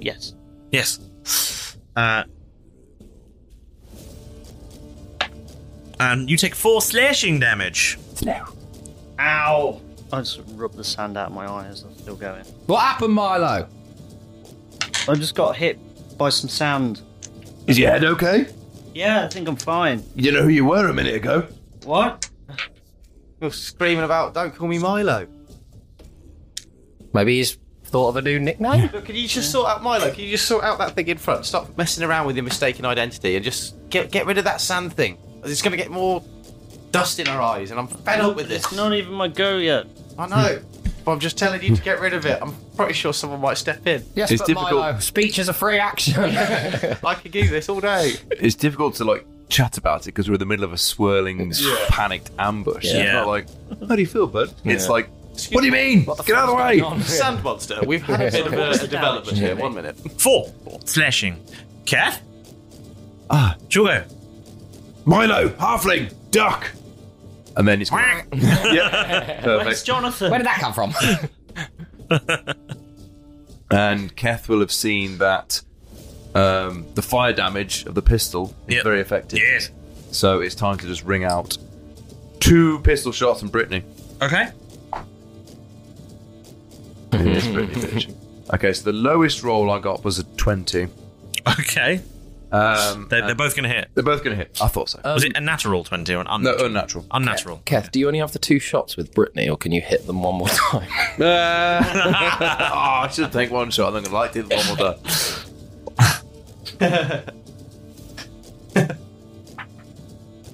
Yes.
Yes. Uh, and you take four slashing damage.
Ow! I just rubbed the sand out of my eyes. I'm still going.
What happened, Milo?
I just got hit by some sand.
Is your head okay?
Yeah, I think I'm fine.
You know who you were a minute ago.
What?
You're screaming about, don't call me Milo.
Maybe he's thought of a new nickname.
Look, can you just sort out Milo? Can you just sort out that thing in front? Stop messing around with your mistaken identity and just get get rid of that sand thing. It's going to get more dust in our eyes, and I'm fed up with this.
It's not even my go yet.
I know, but I'm just telling you to get rid of it. I'm pretty sure someone might step in.
Yes, but Milo, speech is a free action.
I could do this all day.
It's difficult to like chat about it because we're in the middle of a swirling, panicked ambush.
Yeah.
It's not like, how do you feel, bud? It's
Yeah.
like, what do you mean? Get out of the way.
Sand monster. We've had a bit of a, a development here. One minute.
Four slashing. Kath.
Ah,
Jugo.
Milo, halfling, duck.
And then he's.
yeah.
Where's Jonathan?
Where did that come from?
And Keth will have seen that um, the fire damage of the pistol is very effective.
Yes.
So it's time to just ring out two pistol shots on Brittany.
Okay.
Yes, Brittany, bitch. Okay, so the lowest roll I got was a 20.
Okay. Um, they're, they're both going to hit.
They're both going to hit. I thought
Um,
so.
Was it a natural twenty or an unnatural? No, unnatural. Unnatural.
Keth, do you only have the two shots with Brittany, or can you hit them one more time?
Uh, oh, I should take one shot and then like the other one more done.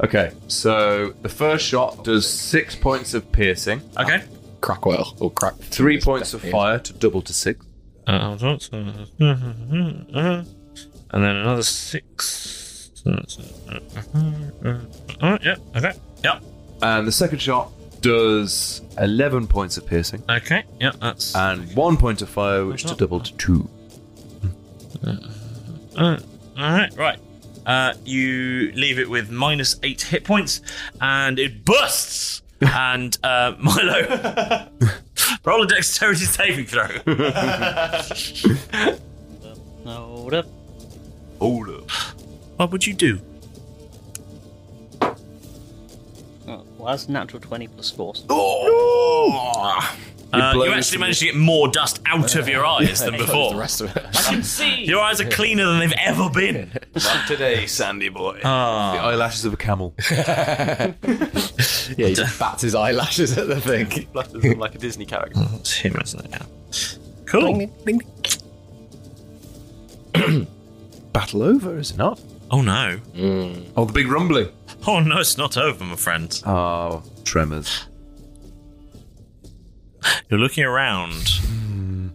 okay, so the first shot does six points of piercing.
Okay.
Crack well or crack.
Three points of fire to double to six.
Uh, hold on. So, uh, uh, uh, and then another six. So that's, uh, uh, uh, uh, yeah, okay. Yep.
And the second shot does 11 points of piercing.
Okay, yeah, Uh, that's.
And one point of fire, which to double to two.
Uh, Alright, right. Uh, you leave it with minus eight hit points, and it bursts! and uh, Milo, roll a dexterity saving throw.
Hold up.
Hold up.
What would you do?
Oh, well, that's natural 20 plus 4.
Oh!
You're
Uh, you
blowing
actually
some-
managed to get more dust out of your eyes than before.
it.
I can see. Your eyes are cleaner than they've ever been.
Not today, Sandy boy.
Ah.
The eyelashes of a camel.
yeah, he just bats his eyelashes at the thing.
like a Disney character.
It's him, isn't it? Cool.
Battle over, is it not?
Oh no.
Oh, the big rumbling.
Oh no, it's not over, my friend.
Oh, tremors.
You're looking around,
Hmm.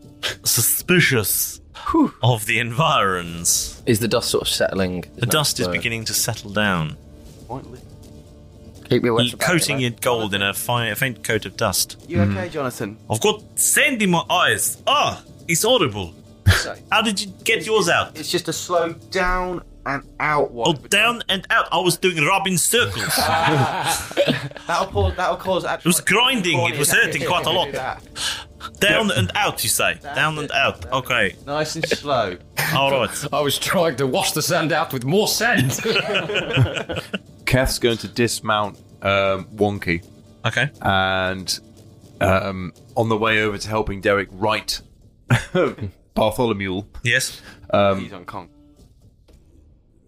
suspicious of the environs.
Is the dust sort of settling?
The dust is beginning to settle down,
Keep me away
You-
from
coating your gold in a fine, a faint coat of dust.
You
Mm-hmm.
okay, Jonathan?
I've got sand in my eyes. Ah, it's audible. How did you get yours out?
It's just a slow down and out one.
Oh, down and out. I was doing Robin circles.
That'll cause. That'll cause.
It
Actual,
was grinding. It was hurting quite a lot. Down and out, you say. Down and out. Okay.
Nice and slow.
All right.
I was trying to wash the sand out with more sand.
Keth's going to dismount um, Wonky.
Okay.
And um, on the way over to helping Derek write Bartholomew.
Yes.
Um,
He's on Kong.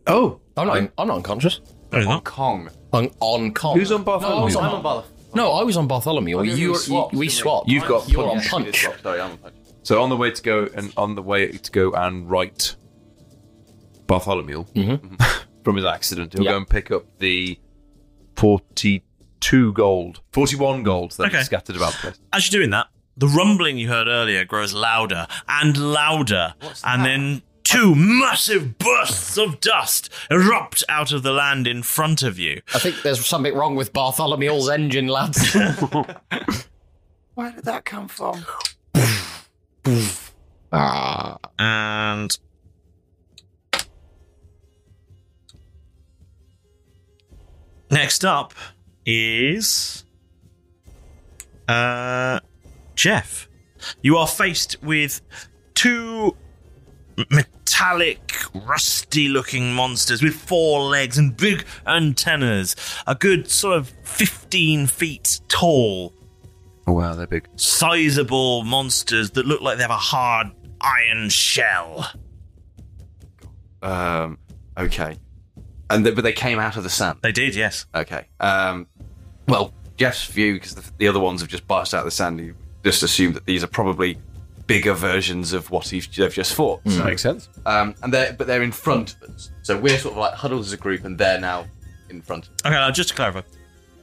Oh,
I'm not. I'm not unconscious.
On
Kong.
On, on Kong.
Who's on Bartholomew?
No, I was
I'm
on,
on
Bartholomew.
No, I was on Bartholomew.
Oh,
or
yeah,
you,
we
were-
swapped,
you- we
didn't we?
swapped.
You've got
You're
punch.
on punch.
Sorry, I'm on punch.
So on the way to go and on the way to go and write Bartholomew from his accident, he'll
Yeah.
go and pick up the forty-two gold, forty-one gold that
Okay.
is scattered about the place.
As you're doing that, the rumbling you heard earlier grows louder and louder, and then two massive bursts of dust erupt out of the land in front of you.
I think there's something wrong with Bartholomew's engine, lads.
Where did that come from?
Ah.
And next up is uh, Jeff. You are faced with two metallic, rusty-looking monsters with four legs and big antennas, a good sort of fifteen feet tall
Oh wow, they're big.
sizable monsters that look like they have a hard iron shell.
Um. Okay. And they, but they came out of the sand.
They did, yes.
Okay. Um. Well, Jeff's view because the, the other ones have just burst out of the sand. He just assumed that these are probably bigger versions of what he's, they've just fought. So-
Hmm. Makes sense.
Um. And they are but they're in front of us, so we're sort of like huddled as a group, and they're now in front. of us.
Okay, now just to clarify,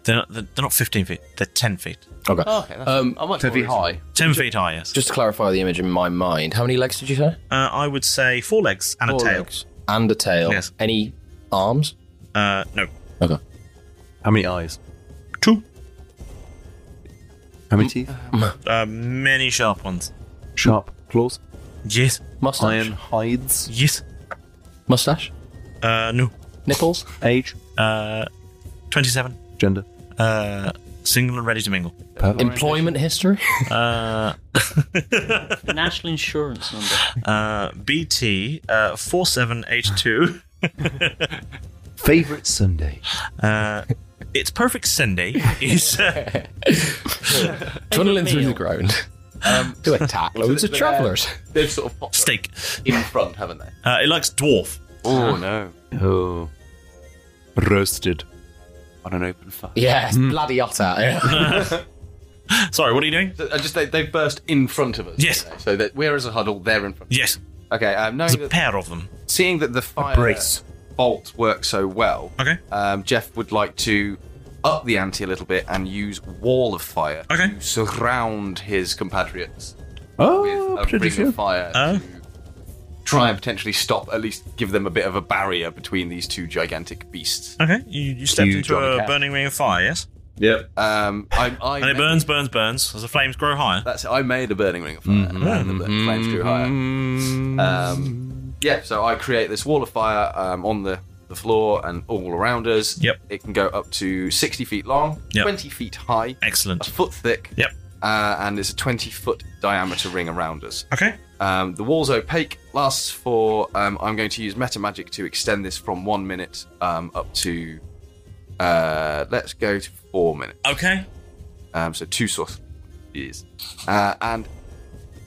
they're not, they're they're not 15 feet, they're 10 feet.
Okay.
Oh, okay. That's,
Um,
I'm much
to be
more reasonable.
10 feet high, yes.
Just to clarify the image in my mind, how many legs did you say?
Uh, I would say four legs and
Four
a tail.
legs. And a tail.
Yes.
Any arms?
Uh, no.
Okay.
How many eyes?
Two.
How many teeth?
Uh, many sharp ones.
Sharp claws.
Yes.
Mustache.
Iron hides.
Yes.
Mustache.
Uh, no.
Nipples.
Age.
Uh, 27.
Gender.
Uh, single and ready to mingle.
Employment history.
Uh,
National insurance number.
uh, BT uh, 4782.
Favorite Sunday.
Uh, it's perfect Sunday is uh,
Tunneling through
meal.
the ground. to attack loads
Um,
of
they're-
travellers.
They've sort of popped
steak.
in front, haven't they?
Uh, it likes dwarf.
Ah.
Oh no.
Oh. Roasted. On an open fire.
Yeah,
Mm.
bloody otter. Yeah.
Sorry, what are you doing?
uh, just they, they burst in front of us.
Yes.
didn't they? So that we're as a huddle, they're in front.
Yes.
Okay. Um, knowing
There's a
that-
pair of them.
seeing that the fire
brace.
bolt works so well,
okay.
um, Jeff would like to up the ante a little bit and use wall of fire okay. to surround his compatriots
Oh,
with a
pretty
ring
sure.
of fire
Uh.
to try and potentially stop, at least give them a bit of a barrier between these two gigantic beasts.
Okay, you, you stepped
You
into
Johnny
a
Cat.
burning ring of fire, yes?
Yep.
Um, I, I
and it burns, burns, burns as the flames grow higher. Mm-hmm.
That's it. I made a burning ring of fire, and then the bur- flames grew higher.
Mm,
Um, yeah, so I create this wall of fire um, on the, the floor and all around us.
Yep.
It can go up to 60 feet long,
Yep.
20 feet high,
excellent,
a foot thick.
Yep.
Uh, and it's a 20 foot diameter ring around us.
Okay.
Um, the wall's opaque, lasts for. Um, I'm going to use meta magic to extend this from one minute um, up to. Uh, let's go to four minutes.
Okay.
Um, so two source is. Uh, and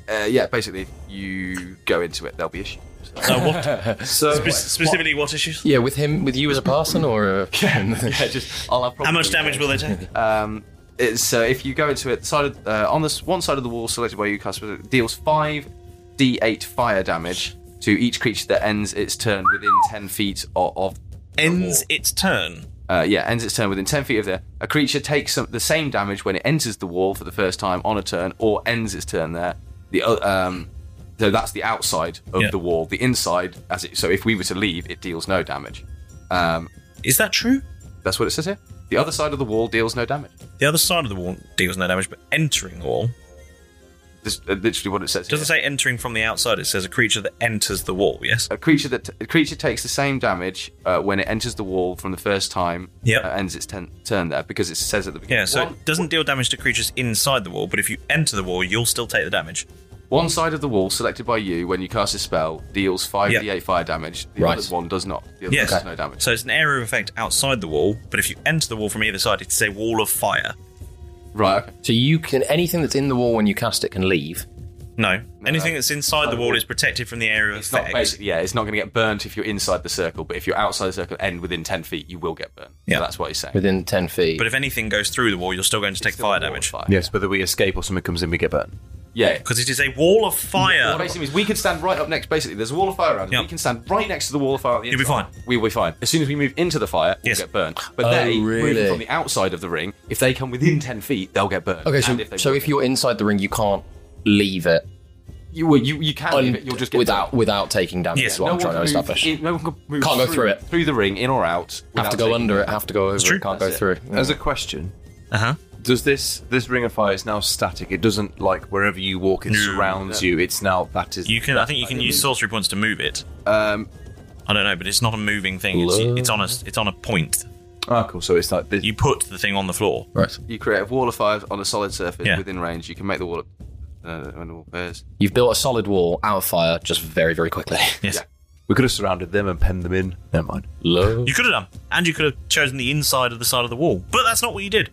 uh, yeah, basically, you go into it, there'll be issues.
uh, what? Spe- specifically, what issues?
Yeah, with him, with you as a person, or a... yeah,
just I'll have
How much damage will they take?
Um, it's, so if you go into it, side of, uh, on this one side of the wall selected by you, customer deals five d8 fire damage to each creature that ends its turn within ten feet of. of
ends its turn.
Uh, yeah, ends its turn within ten feet of there. A creature takes some, the same damage when it enters the wall for the first time on a turn, or ends its turn there. The o- um, so that's the outside of
Yeah.
the wall. The inside, as it so if we were to leave, it deals no damage. Um,
Is that true?
That's what it says here. The other side of the wall deals no damage.
The other side of the wall deals no damage, but entering the wall.
This is literally what it says.
It doesn't say entering from the outside, it says a creature that enters the wall, yes?
A creature that a creature takes the same damage uh, when it enters the wall from the first time
Yep.
uh, ends its ten- turn there because it says at the beginning.
Yeah, so it doesn't deal damage to creatures inside the wall, but if you enter the wall, you'll still take the damage.
One side of the wall selected by you when you cast a spell deals five
Yep.
d8 fire damage. The
Right.
other one does not. The other
Yes.
one does no damage.
So it's an area of effect outside the wall, but if you enter the wall from either side, it's a wall of fire.
Right.
So you can anything that's in the wall when you cast it can leave.
No. Anything that's inside the wall is protected from the area of
It's not
effect.
basically, yeah, it's not going to get burnt if you're inside the circle, but if you're outside the circle and within 10 feet, you will get burnt.
Yeah.
So that's what he's saying.
Within ten feet.
But if anything goes through the wall, you're still going to take fire damage.
Yes, whether we escape or someone comes in, we get burned.
Yeah.
Because it is a wall of fire.
What basically means we can stand right up next. Basically, there's a wall of fire around. us. We can stand right next to the wall of fire. You'll be fine. We'll be fine. As soon as we move into the fire, we'll get burned. But
Oh,
they,
really?
moving from the outside of the ring, if they come within ten feet, they'll get burned.
Okay, so
And if they,
so if you're inside the ring, you can't leave it.
You well, you you can leave it. You'll just get
without without taking damage. Is what I'm trying to establish.
no one can move
Can't go through it.
through the ring, in or out.
Have to go under it. Have to go over. it, Can't go through.
As a question,
uh
Uh-huh.
huh.
Does this this ring of fire is now static? It doesn't like wherever you walk, it
No.
surrounds you. It's now that is.
You can. I think you can use sorcery points to move it.
Um,
I don't know, but it's not a moving thing. It's,
Love.
it's on a. It's on a point.
Ah, cool. So it's like this.
You put the thing on the floor.
Right.
You create a wall of fire on a solid surface
Yeah.
within range. You can make the wall. Uh, when the wall bears.
You've built a solid wall out of fire just very very quickly.
Yes.
We could have surrounded them and penned them in. Never mind.
Low.
You could have done, and you could have chosen the inside of the side of the wall, but that's not what you did.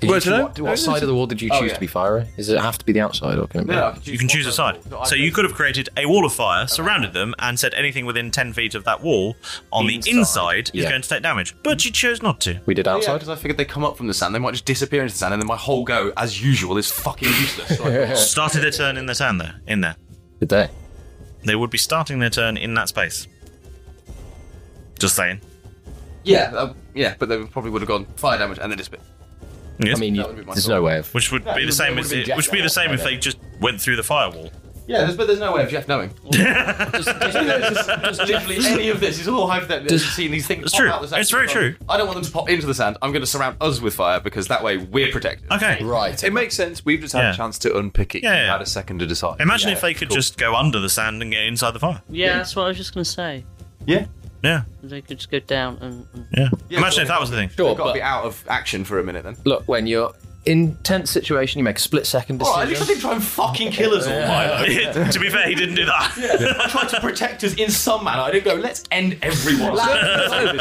Did you
Well,
choose-
dunno.
what, what side of the wall did you
Oh,
choose
yeah.
to be fiery? Is it have to be the outside or can it be?
you can choose a side. So you could have created a wall of fire, surrounded them, and said anything within ten feet of that wall on the inside is
yeah.
going to take damage. But you chose not to.
We did
outside because Oh, I figured they come up from the sand. They might just disappear into the sand, and then my whole go, as usual, is fucking useless. So I-
Started their turn in the sand there. In there.
Did they?
They would be starting their turn in that space. Just saying.
Yeah, uh, yeah, but they probably would have gone fire damage and then just bit.
Yes.
I mean, That you- would be my there's
thought. no way of-
Which would
That
be the
would-
same
that
as
would be
it, which would be the
Jeff.
same if they just went through the firewall.
Yeah, there's, but there's no way of Jeff knowing. just, just literally any of this is all hypothetical. Just seeing these things.
It's
pop
true.
Out the sand
It's very
Well,
true.
I don't want them to pop into the sand. I'm going to surround us with fire because that way we're protected.
Okay.
Right.
It makes sense. We've just had
Yeah.
a chance to unpick it.
Yeah,
You
yeah.
had a second to decide.
Imagine if they could just go under the sand and get inside the fire.
Yeah, that's what I was just going to say.
Yeah.
Yeah.
They could just go down and. and
Yeah.
Yeah,
Imagine if that was the thing.
Sure,
They've got
but-
to be out of action for a minute then.
Look, when you're in tense situation, you make a split second
All
decision.
right, at least I didn't try and fucking kill us all, Milo.
to be fair, he didn't do that.
I tried to protect us in some manner. I didn't go, let's end everyone.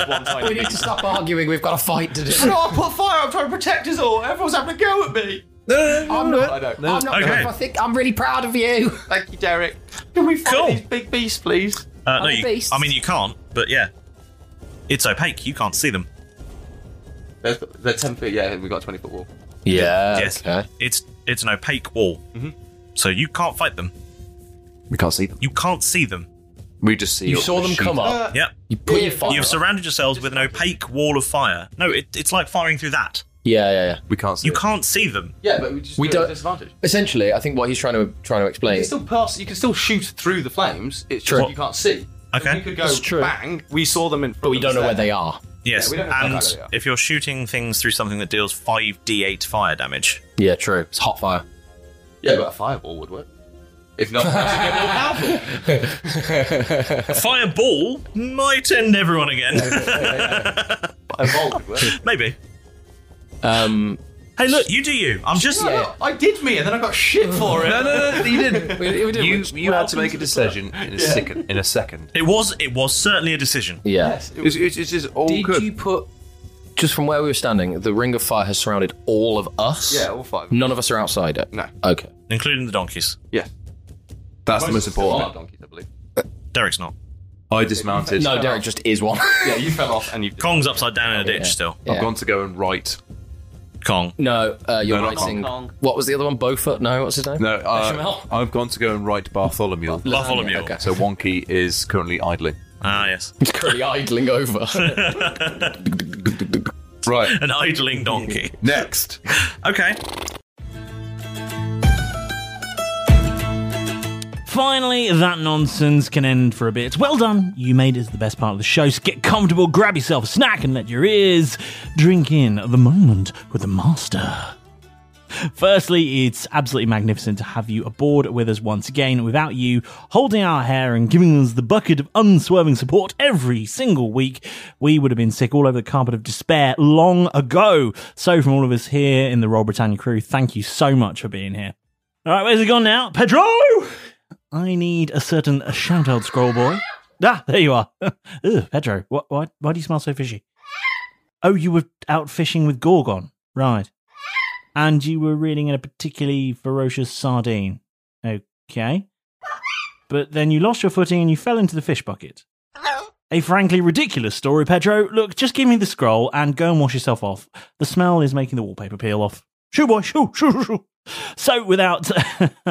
we need to stop arguing. We've got a fight to do.
no, I put fire. I'm trying to protect us all. Everyone's having a go at me.
No,
I'm not.
I don't.
I'm not. I think I'm really proud of you.
Thank you, Derek. Can we fight these big beasts, please?
Uh, no,
Other
you,
beasts?
I mean you can't, but yeah, it's opaque. You can't see them.
They're, they're ten feet. Yeah, we've got a twenty foot wall.
Yeah.
Yes. It's it's an opaque wall,
Mm-hmm.
so you can't fight them.
We can't see them.
You can't see them.
We just see. all the sheep.
yep.
You put your fire
You've surrounded yourselves with an opaque wall of fire. No, it, it's like firing through that.
Yeah, yeah, yeah.
We can't see.
You can't see them.
Yeah, but we just
We
do it at
don't-
disadvantage.
Essentially, I think what he's trying to trying to
You
explain.
can still pass. You can still shoot through the flames. It's
True.
just you can't see.
Okay.
You could go bang. We saw them in. But
we don't know where they are.
Yes,
we don't know
and
where they are.
if you're shooting things through something that deals 5d8 fire damage,
Yeah, true. It's hot fire.
Yeah, but a fireball would work. If not,
a fireball might end everyone again.
fireball would work.
Maybe.
Um.
Hey, look, you do you. I'm just.
No, no, I did me, and then I got shit for it.
No, no, no, you didn't.
We- we did-
you
which-
you had to make a decision in a
Yeah.
second. In a second.
It was. It was certainly a decision.
Yeah.
It's, it's, it's just all
Did
good.
you put just from where we were standing? The ring of fire has surrounded all of us.
Yeah, all five.
None of us are outside it.
No.
Okay.
including the donkeys.
Yeah.
That's the most
Still
important.
are donkeys, I believe.
Derek's not.
I dismounted.
No, Derek just is one.
Yeah, you fell off, and you.
Kong's upside down in a ditch still.
I've gone to go and write.
Kong.
no, uh, you're
No, not
writing.
Kong.
What was the other one? Beaufort? No, what's his name?
No, uh,
Bechamel?
I've gone to go and write Bartholomew.
Bartholomew.
Okay.
So Wonky is currently idling.
Ah, yes.
It's currently idling over.
Right.
An idling donkey.
Next.
Okay.
Finally, that nonsense can end for a bit. Well done, you made it to the best part of the show. So get comfortable, grab yourself a snack, and let your ears drink in at the moment with the master. Firstly, it's absolutely magnificent to have you aboard with us once again. Without you holding our hair and giving us the bucket of unswerving support every single week, we would have been sick all over the carpet of despair long ago. So, from all of us here in the Royal Britannia crew, thank you so much for being here. All right, where's it gone now? Pedro! I need a certain shout out scroll boy. Ah, there you are. Ugh, Pedro, why, why, why do you smell so fishy? Oh, you were out fishing with Gorgon. Right. And you were reeling in a particularly ferocious sardine. Okay. But then you lost your footing and you fell into the fish bucket. A frankly ridiculous story, Pedro. Look, just give me the scroll and go and wash yourself off. The smell is making the wallpaper peel off. Shoo, boy, shoo, shoo, shoo, shoo. So, without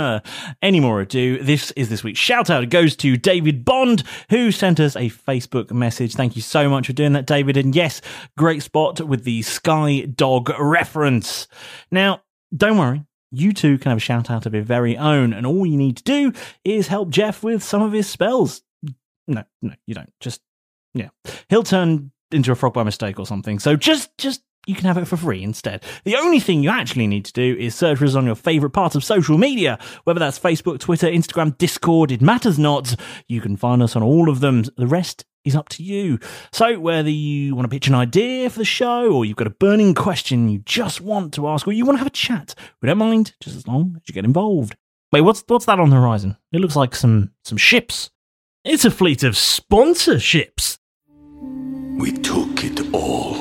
any more ado, this is this week's shout out. It goes to David Bond, who sent us a Facebook message. Thank you so much for doing that, David. And yes, great spot with the Sky Dog reference. Now, don't worry. You too can have a shout out of your very own, and all you need to do is help Jeff with some of his spells. No, no, you don't. Just yeah. He'll turn into a frog by mistake or something. So just just you can have it for free instead. The only thing you actually need to do is search for us on your favorite part of social media, whether that's Facebook, Twitter, Instagram, Discord, it matters not. You can find us on all of them. The rest is up to you. So whether you want to pitch an idea for the show or you've got a burning question you just want to ask or you want to have a chat, we don't mind just as long as you get involved. Wait, what's what's that on the horizon? It looks like some some ships. It's a fleet of sponsorships.
We took it all.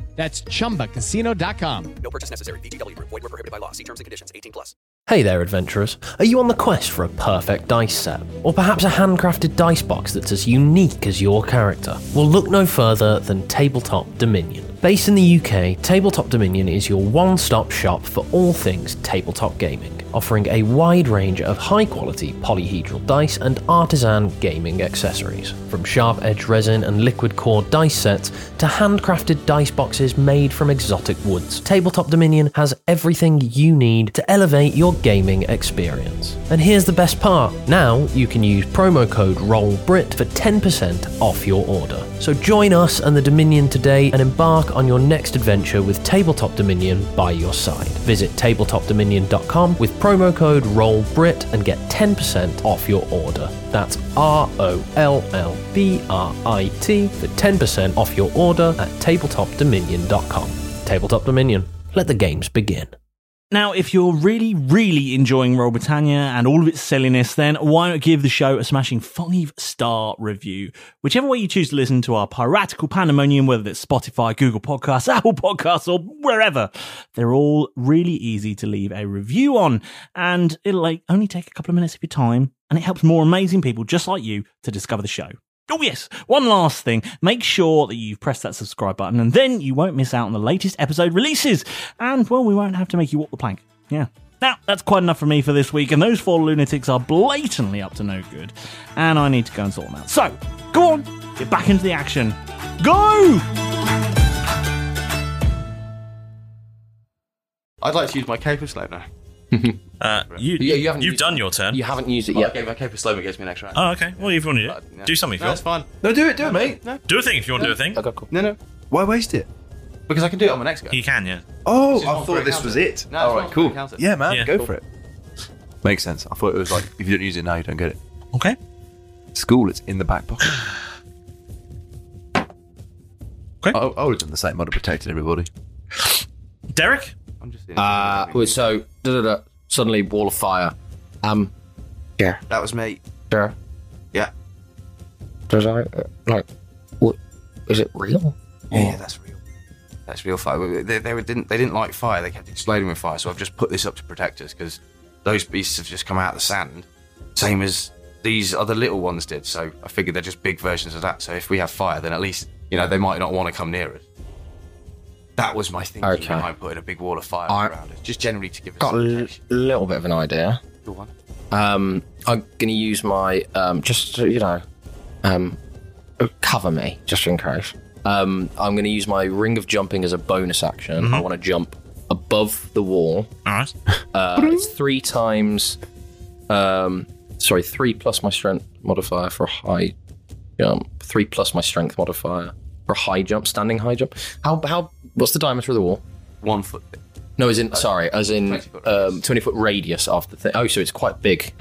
That's chumbacasino.com.
No purchase necessary. VGW Group. Void were prohibited by law. See terms and conditions. 18 plus.
Hey there, adventurers. Are you on the quest for a perfect dice set? Or perhaps a handcrafted dice box that's as unique as your character? Well, look no further than Tabletop Dominion. Based in the UK, Tabletop Dominion is your one stop shop for all things tabletop gaming, offering a wide range of high quality polyhedral dice and artisan gaming accessories. From sharp edge resin and liquid core dice sets to handcrafted dice boxes made from exotic woods, Tabletop Dominion has everything you need to elevate your gaming experience. And here's the best part now you can use promo code ROLLBRIT for 10% off your order. So join us and the Dominion today and embark on your next adventure with Tabletop Dominion by your side. Visit tabletopdominion.com with promo code ROLLBRIT and get 10% off your order. That's R O L L B R I T for 10% off your order at tabletopdominion.com. Tabletop Dominion. Let the games begin.
Now, if you're really, really enjoying Royal Britannia and all of its silliness, then why not give the show a smashing five star review? Whichever way you choose to listen to our piratical pandemonium, whether it's Spotify, Google Podcasts, Apple Podcasts, or wherever, they're all really easy to leave a review on. And it'll like, only take a couple of minutes of your time, and it helps more amazing people just like you to discover the show. Oh, yes. One last thing. Make sure that you've pressed that subscribe button, and then you won't miss out on the latest episode releases. And, well, we won't have to make you walk the plank. Yeah. Now, that's quite enough for me for this week, and those four lunatics are blatantly up to no good, and I need to go and sort them out. So, go on, get back into the action. Go!
I'd like to use my cape of slow now.
Uh, you,
Yeah, you haven't
you've
used-
done your turn.
you haven't
used
But yeah, my cape of slow gives me an extra.
Oh, okay. Well, if you want to do, it, do something if you
No, it's
want.
fine.
No, do it, do it, mate.
No.
Do a thing if you want to do a thing.
Okay, cool.
No, no.
Why waste it?
Because I can do it on my next go.
You can, yeah.
Oh,
This is
I
not
thought
very
this was it.
counted. No, it's
All
not
right, cool.
very counted.
Yeah, man,
Yeah.
go for it. Makes sense. I thought it was like if you don't use it now, you don't get it.
Okay.
School, it's in the back pocket.
Okay.
I, I would have done the same. I'd have protected everybody.
Derek?
Uh, well, so da, da, da, suddenly wall of fire. Um, yeah,
That was me.
yeah.
Yeah.
Does I uh, like? What is it real?
Yeah, yeah, that's real. That's real fire. They, they were- didn't they didn't like fire. They kept exploding with fire. So I've just put this up to protect us because those beasts have just come out of the sand, same as these other little ones did. So I figured they're just big versions of that. So if we have fire, then at least you know they might not want to come near us. That was my thinking
Okay.
behind putting a big wall of fire
I-
around us, just generally to give us.
Got a l- little bit of an idea.
Go on.
Um, I'm gonna use my um, just so you know, um, uh, cover me just in case. Um, I'm gonna use my ring of jumping as a bonus action.
Mm-hmm.
I want to jump above the wall.
All right.
Uh, it's three times. Um, sorry, three plus my strength modifier for a high jump. Three plus my strength modifier for a high jump, standing high jump. How how? What's the diameter of the wall?
One foot. thick.
No, as in sorry, as in
20 foot
um, twenty foot radius of the thing. Oh, so it's quite big.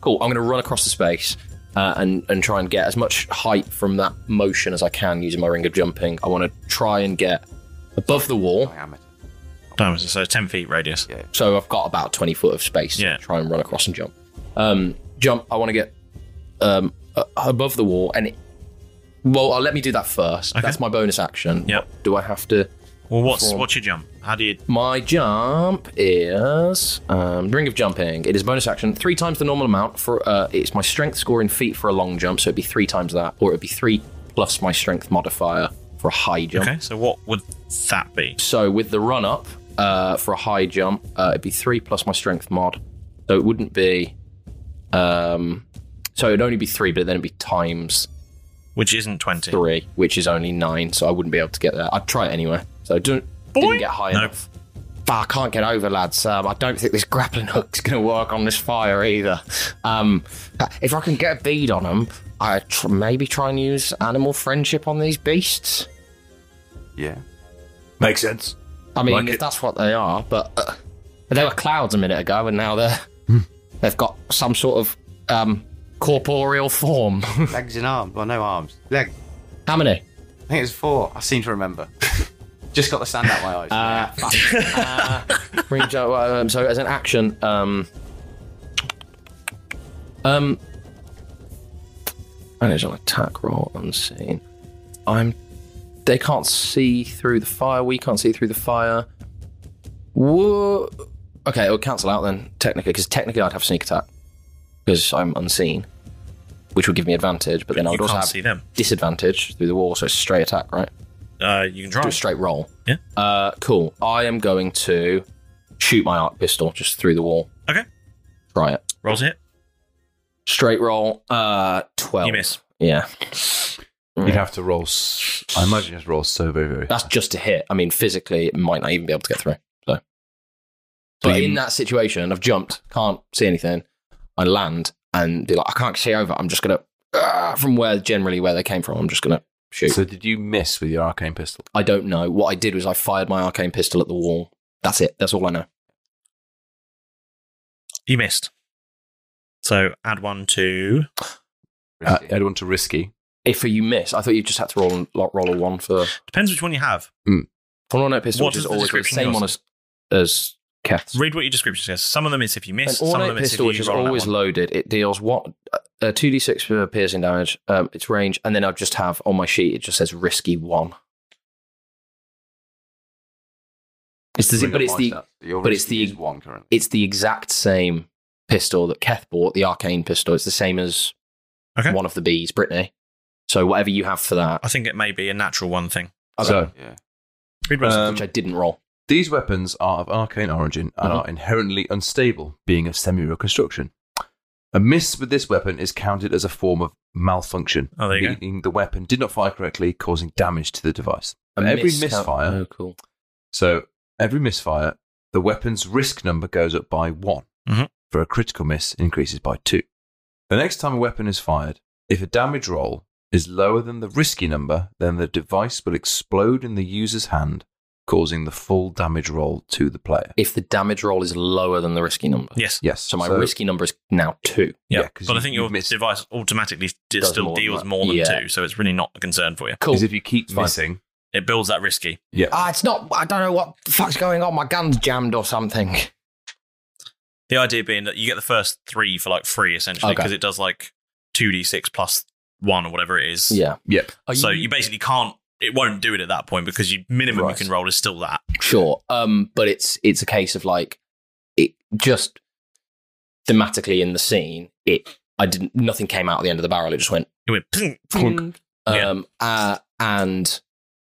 Cool. I'm going to run across the space uh, and and try and get as much height from that motion as I can using my ring of jumping. I want to try and get above the wall.
Diameter, so 10 feet radius.
Yeah.
So I've got about 20 foot of space
Yeah.
to try and run across and jump. Um, jump, I want to get um, uh, above the wall. And it, well, uh, let me do that first. That's my bonus action.
Yep.
Do I have to.
Well, what's
perform-
what's your jump? How do you.
My jump is um, ring of jumping. It is bonus action, three times the normal amount for. Uh, it's my strength score in feet for a long jump, so it'd be three times that, or it'd be three plus my strength modifier for a high jump.
Okay, so what would that be?
So with the run up uh, for a high jump, uh, it'd be three plus my strength mod. So it wouldn't be. Um, so it'd only be three, but then it'd be times
Which isn't 20.
three, which is only nine. So I wouldn't be able to get there. I'd try it anyway. So don't didn't get high enough. Fuck, I can't get over, lads. Um, I don't think this grappling hook's going to work on this fire either. Um, if I can get a bead on them, I tr- maybe try and use animal friendship on these beasts.
Yeah.
Makes sense.
I mean,
Like
if
it.
that's what they are, but uh, they were clouds a minute ago, and now they're
Hmm.
they've got some sort of um, corporeal form.
Legs and arms. Well, no arms. Leg.
How many?
I think it's four. I seem to remember. Just got the sand out my eyes.
Uh, Ring jo- um, so as an action, um, um, and it's an attack roll unseen. I'm they can't see through the fire. We can't see through the fire. Whoa. Okay, it'll cancel out then, technically, because technically I'd have sneak attack because I'm unseen, which would give me advantage. But, then I would
you
also
can't
have
see them.
disadvantage through the wall, so it's straight attack, right?
Uh, you can try.
Do a straight roll.
Yeah.
Uh, cool. I am going to shoot my arc pistol just through the wall.
Okay.
Try it.
Rolls it.
Straight roll. Uh, twelve.
You miss.
Yeah.
You'd have to roll. s- I imagine you have to roll so very, very.
That's just a hit. I mean, physically, it might not even be able to get through. So, but in that situation, I've jumped, can't see anything. I land and be like, I can't see over. I'm just gonna ah, from where generally where they came from. I'm just gonna shoot.
So did you miss with your arcane pistol?
I don't know. What I did was I fired my arcane pistol at the wall. That's it. That's all I know.
You missed. So add one to.
Uh, add one to risky.
If you miss, I thought you just had to roll lo- roll a one for.
Depends which one you have.
Hmm.
Well, no, no, pistol,
What
which is
is the
always the
description
same
yours?
one as as Keth's.
Read what your description says. Some of them is if you miss. Some
An
of
ornate
them
pistol,
is
which
if
is
you roll
always
that one.
loaded, it deals what uh, two d six for piercing damage. Um, its range, and then I just have on my sheet it just says risky one. It's the,
Bring
but
up
it's
my
the
stats. Your
but
risky
it's the
is one currently.
It's the exact same pistol that Keth bought, the arcane pistol. It's the same as one of the bees, Brittany. So whatever you have for that,
I think it may be a natural one thing.
So, um,
which I didn't roll. Mm-hmm.
These weapons are of arcane origin and are inherently unstable, being of semi-real construction. A miss with this weapon is counted as a form of malfunction,
Oh, there you go.
meaning the weapon did not fire correctly, causing damage to the device.
A
But every
miss count-
misfire,
Oh, cool.
so every misfire, the weapon's risk number goes up by one.
Mhm.
For a critical miss, increases by two. The next time a weapon is fired, if a damage roll is lower than the risky number, then the device will explode in the user's hand, causing the full damage roll to the player.
If the damage roll is lower than the risky number,
Yes.
Yes.
So my risky number is now two.
Yeah,
Yeah, 'cause
but I
you-
think your device automatically d-
Does
still
more than
deals
that.
more than
Yeah.
two, so it's really not a concern for you.
Cool. 'Cause if
you keep missing,
it builds that risky.
Yeah.
Ah, it's not. I don't know what the fuck's going on. My gun's jammed or something.
The idea being that you get the first three for like free essentially
Okay.
because it does like two d six plus one or whatever it is.
Yeah.
Yep.
Are
so
you-
you, basically can't. It won't do it at that point because you minimum you can roll is still that.
Sure. Um, but it's it's a case of like it just thematically in the scene. It I didn't. Nothing came out at the end of the barrel. It just went.
It went. Plunk,
plunk. Um. Uh, and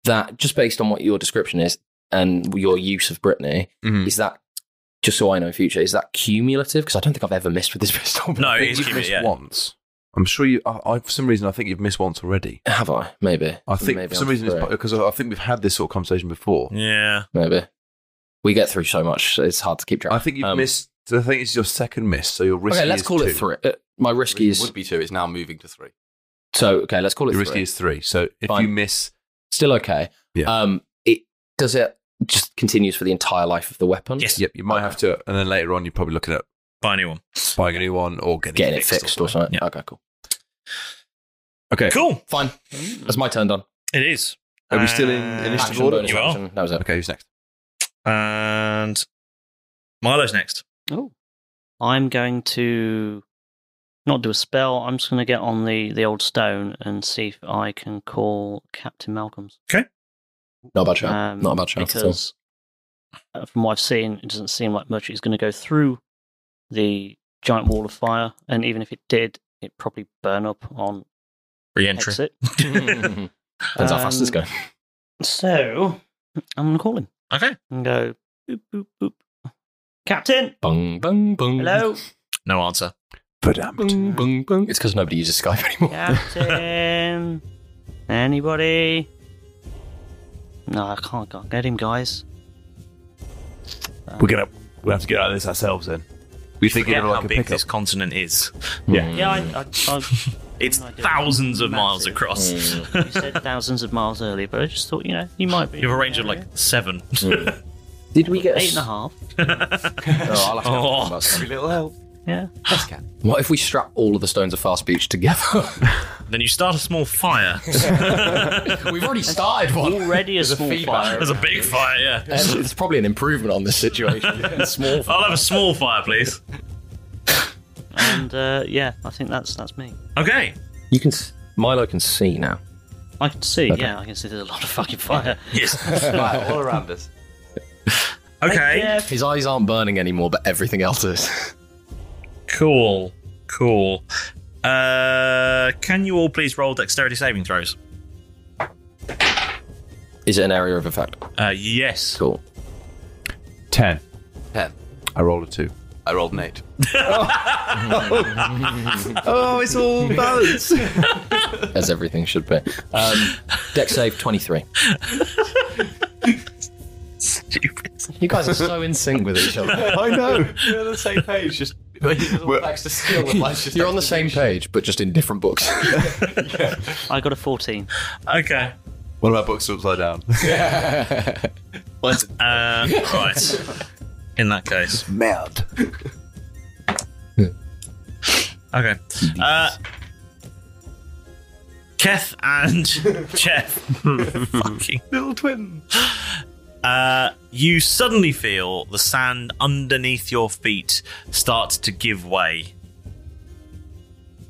that just based on what your description is and your use of Brittany
Mm-hmm.
Mhm.
is that. Just so I know, in future is that cumulative? Because I don't think I've ever missed with this pistol.
No,
I think
it's
you've missed
cumulative, yeah.
once. I'm sure you. I, I, for some reason, I think you've missed once already.
Have I? Maybe.
I think
Maybe
for some
I'm
reason it's
correct.
because I I think we've had this sort of conversation before.
Yeah.
Maybe. We get through so much, it's hard to keep track.
I think you've
Um,
missed. I think it's your second miss, so your risky.
Okay, let's
is
call
two.
it three. Uh, my risky is
would be two. It's now moving to three.
so okay. Let's call it
Your
three.
risky is three. So if
Fine.
you miss,
Still okay.
Yeah.
Um, it does it just continues for the entire life of the weapon.
Yes.
yep, you might have to, and then later on, you're probably looking at
Buy a new one.
buying a new one or getting,
Getting it fixed or something. Okay, cool.
Okay,
Cool.
Fine. That's my turn done.
Uh,
It is.
Are we still in
And-
initiative
Action,
order?
bonus
You are.
action. That was it.
Okay, who's next?
And Milo's next.
Oh. I'm going to not do a spell. I'm just going to get on the, the old stone and see if I can call Captain Malcolm's.
Okay.
Not a bad shout.
Um,
Not a bad shout at all.
Because uh, from what I've seen, it doesn't seem like much is going to go through the giant wall of fire. And even if it did, it'd probably burn up on
Re-entry.
exit.
Depends how fast it's
Um,
going.
So I'm going to call him
Okay.
and go, boop, boop, boop. Captain,
Bung bung bung.
hello.
No answer.
Bung bung bung. It's because nobody uses Skype anymore.
Captain. Anybody? No, I can't, can't get him, guys.
We're gonna. We have to get out of this ourselves. Then we think
Forget
it'll
how
like a
big
pickup.
this continent is.
Yeah, I. I, I
It's
idea.
thousands of miles
Massive.
across.
you said thousands of miles earlier, but I just thought, you know, you might be.
You have a range of like seven.
Did we get a
eight
s-
and a half.
Oh, I'll have to have a
Oh.
think about something.
little help.
Yeah.
What if we strap all of the stones of fast beach together?
Then you start a small fire.
We've already started one.
Already a small fire.
There's a big fire, yeah.
And it's probably an improvement on this situation. Small.
I'll have a small fire, please.
And uh, yeah, I think that's that's me.
Okay.
You can. s- Milo can see now.
I can see,
Okay.
yeah, I can see there's a lot of fucking fire.
Yes.
Fire all around us.
Okay.
His eyes aren't burning anymore, but everything else is.
Cool. Cool. Uh, can you all please roll dexterity saving throws?
Is it an area of effect?
Uh, yes.
Cool.
Ten.
Ten.
I rolled a two.
I rolled an eight.
Oh, it's all balanced.
As everything should be. Um, deck save 23. Stupid. You guys are so in sync with each other.
I know. We're on the same page. Just all thanks to skill and mine's just
You're on the same page, but just in different books.
I got a 14.
Okay.
One of our books upside down.
What? Uh, right. In that case.
Mad.
Okay. Uh, Keth and Jeff. fucking
little twin.
Uh, you suddenly feel the sand underneath your feet start to give way.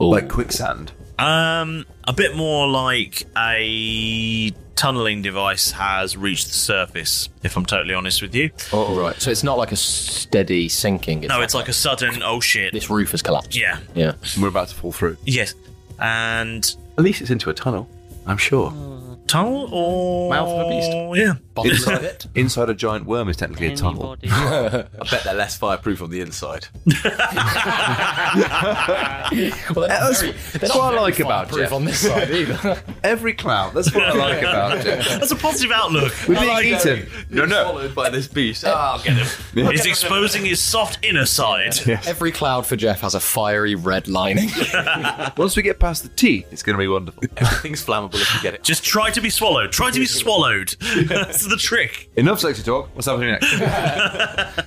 Like quicksand.
Um, a bit more like a tunneling device has reached the surface. If I'm totally honest with you.
All right. So it's not like a steady sinking. It's
no, it's like a sudden oh shit.
This roof has collapsed.
Yeah.
Yeah.
We're about to fall through.
Yes. And
At least it's into a tunnel, I'm sure.
tunnel or
Mouth of a beast.
Yeah.
Inside, inside a giant worm is technically a tunnel.
I bet they're less fireproof on the inside.
well,
that's that's what I like about
fireproof
Jeff.
on this side
either. Every clown. That's what I like about Jeff.
That's a positive outlook.
We're being eaten.
No, no. Followed by this beast. Ah, I'll get him.
He's exposing his soft inner side.
Every cloud for Jeff has a fiery red lining.
Once we get past the teeth, it's going to be wonderful.
Everything's flammable if you get it.
Just try to be swallowed. Try to be swallowed. That's the trick.
Enough sexy talk. What's happening next?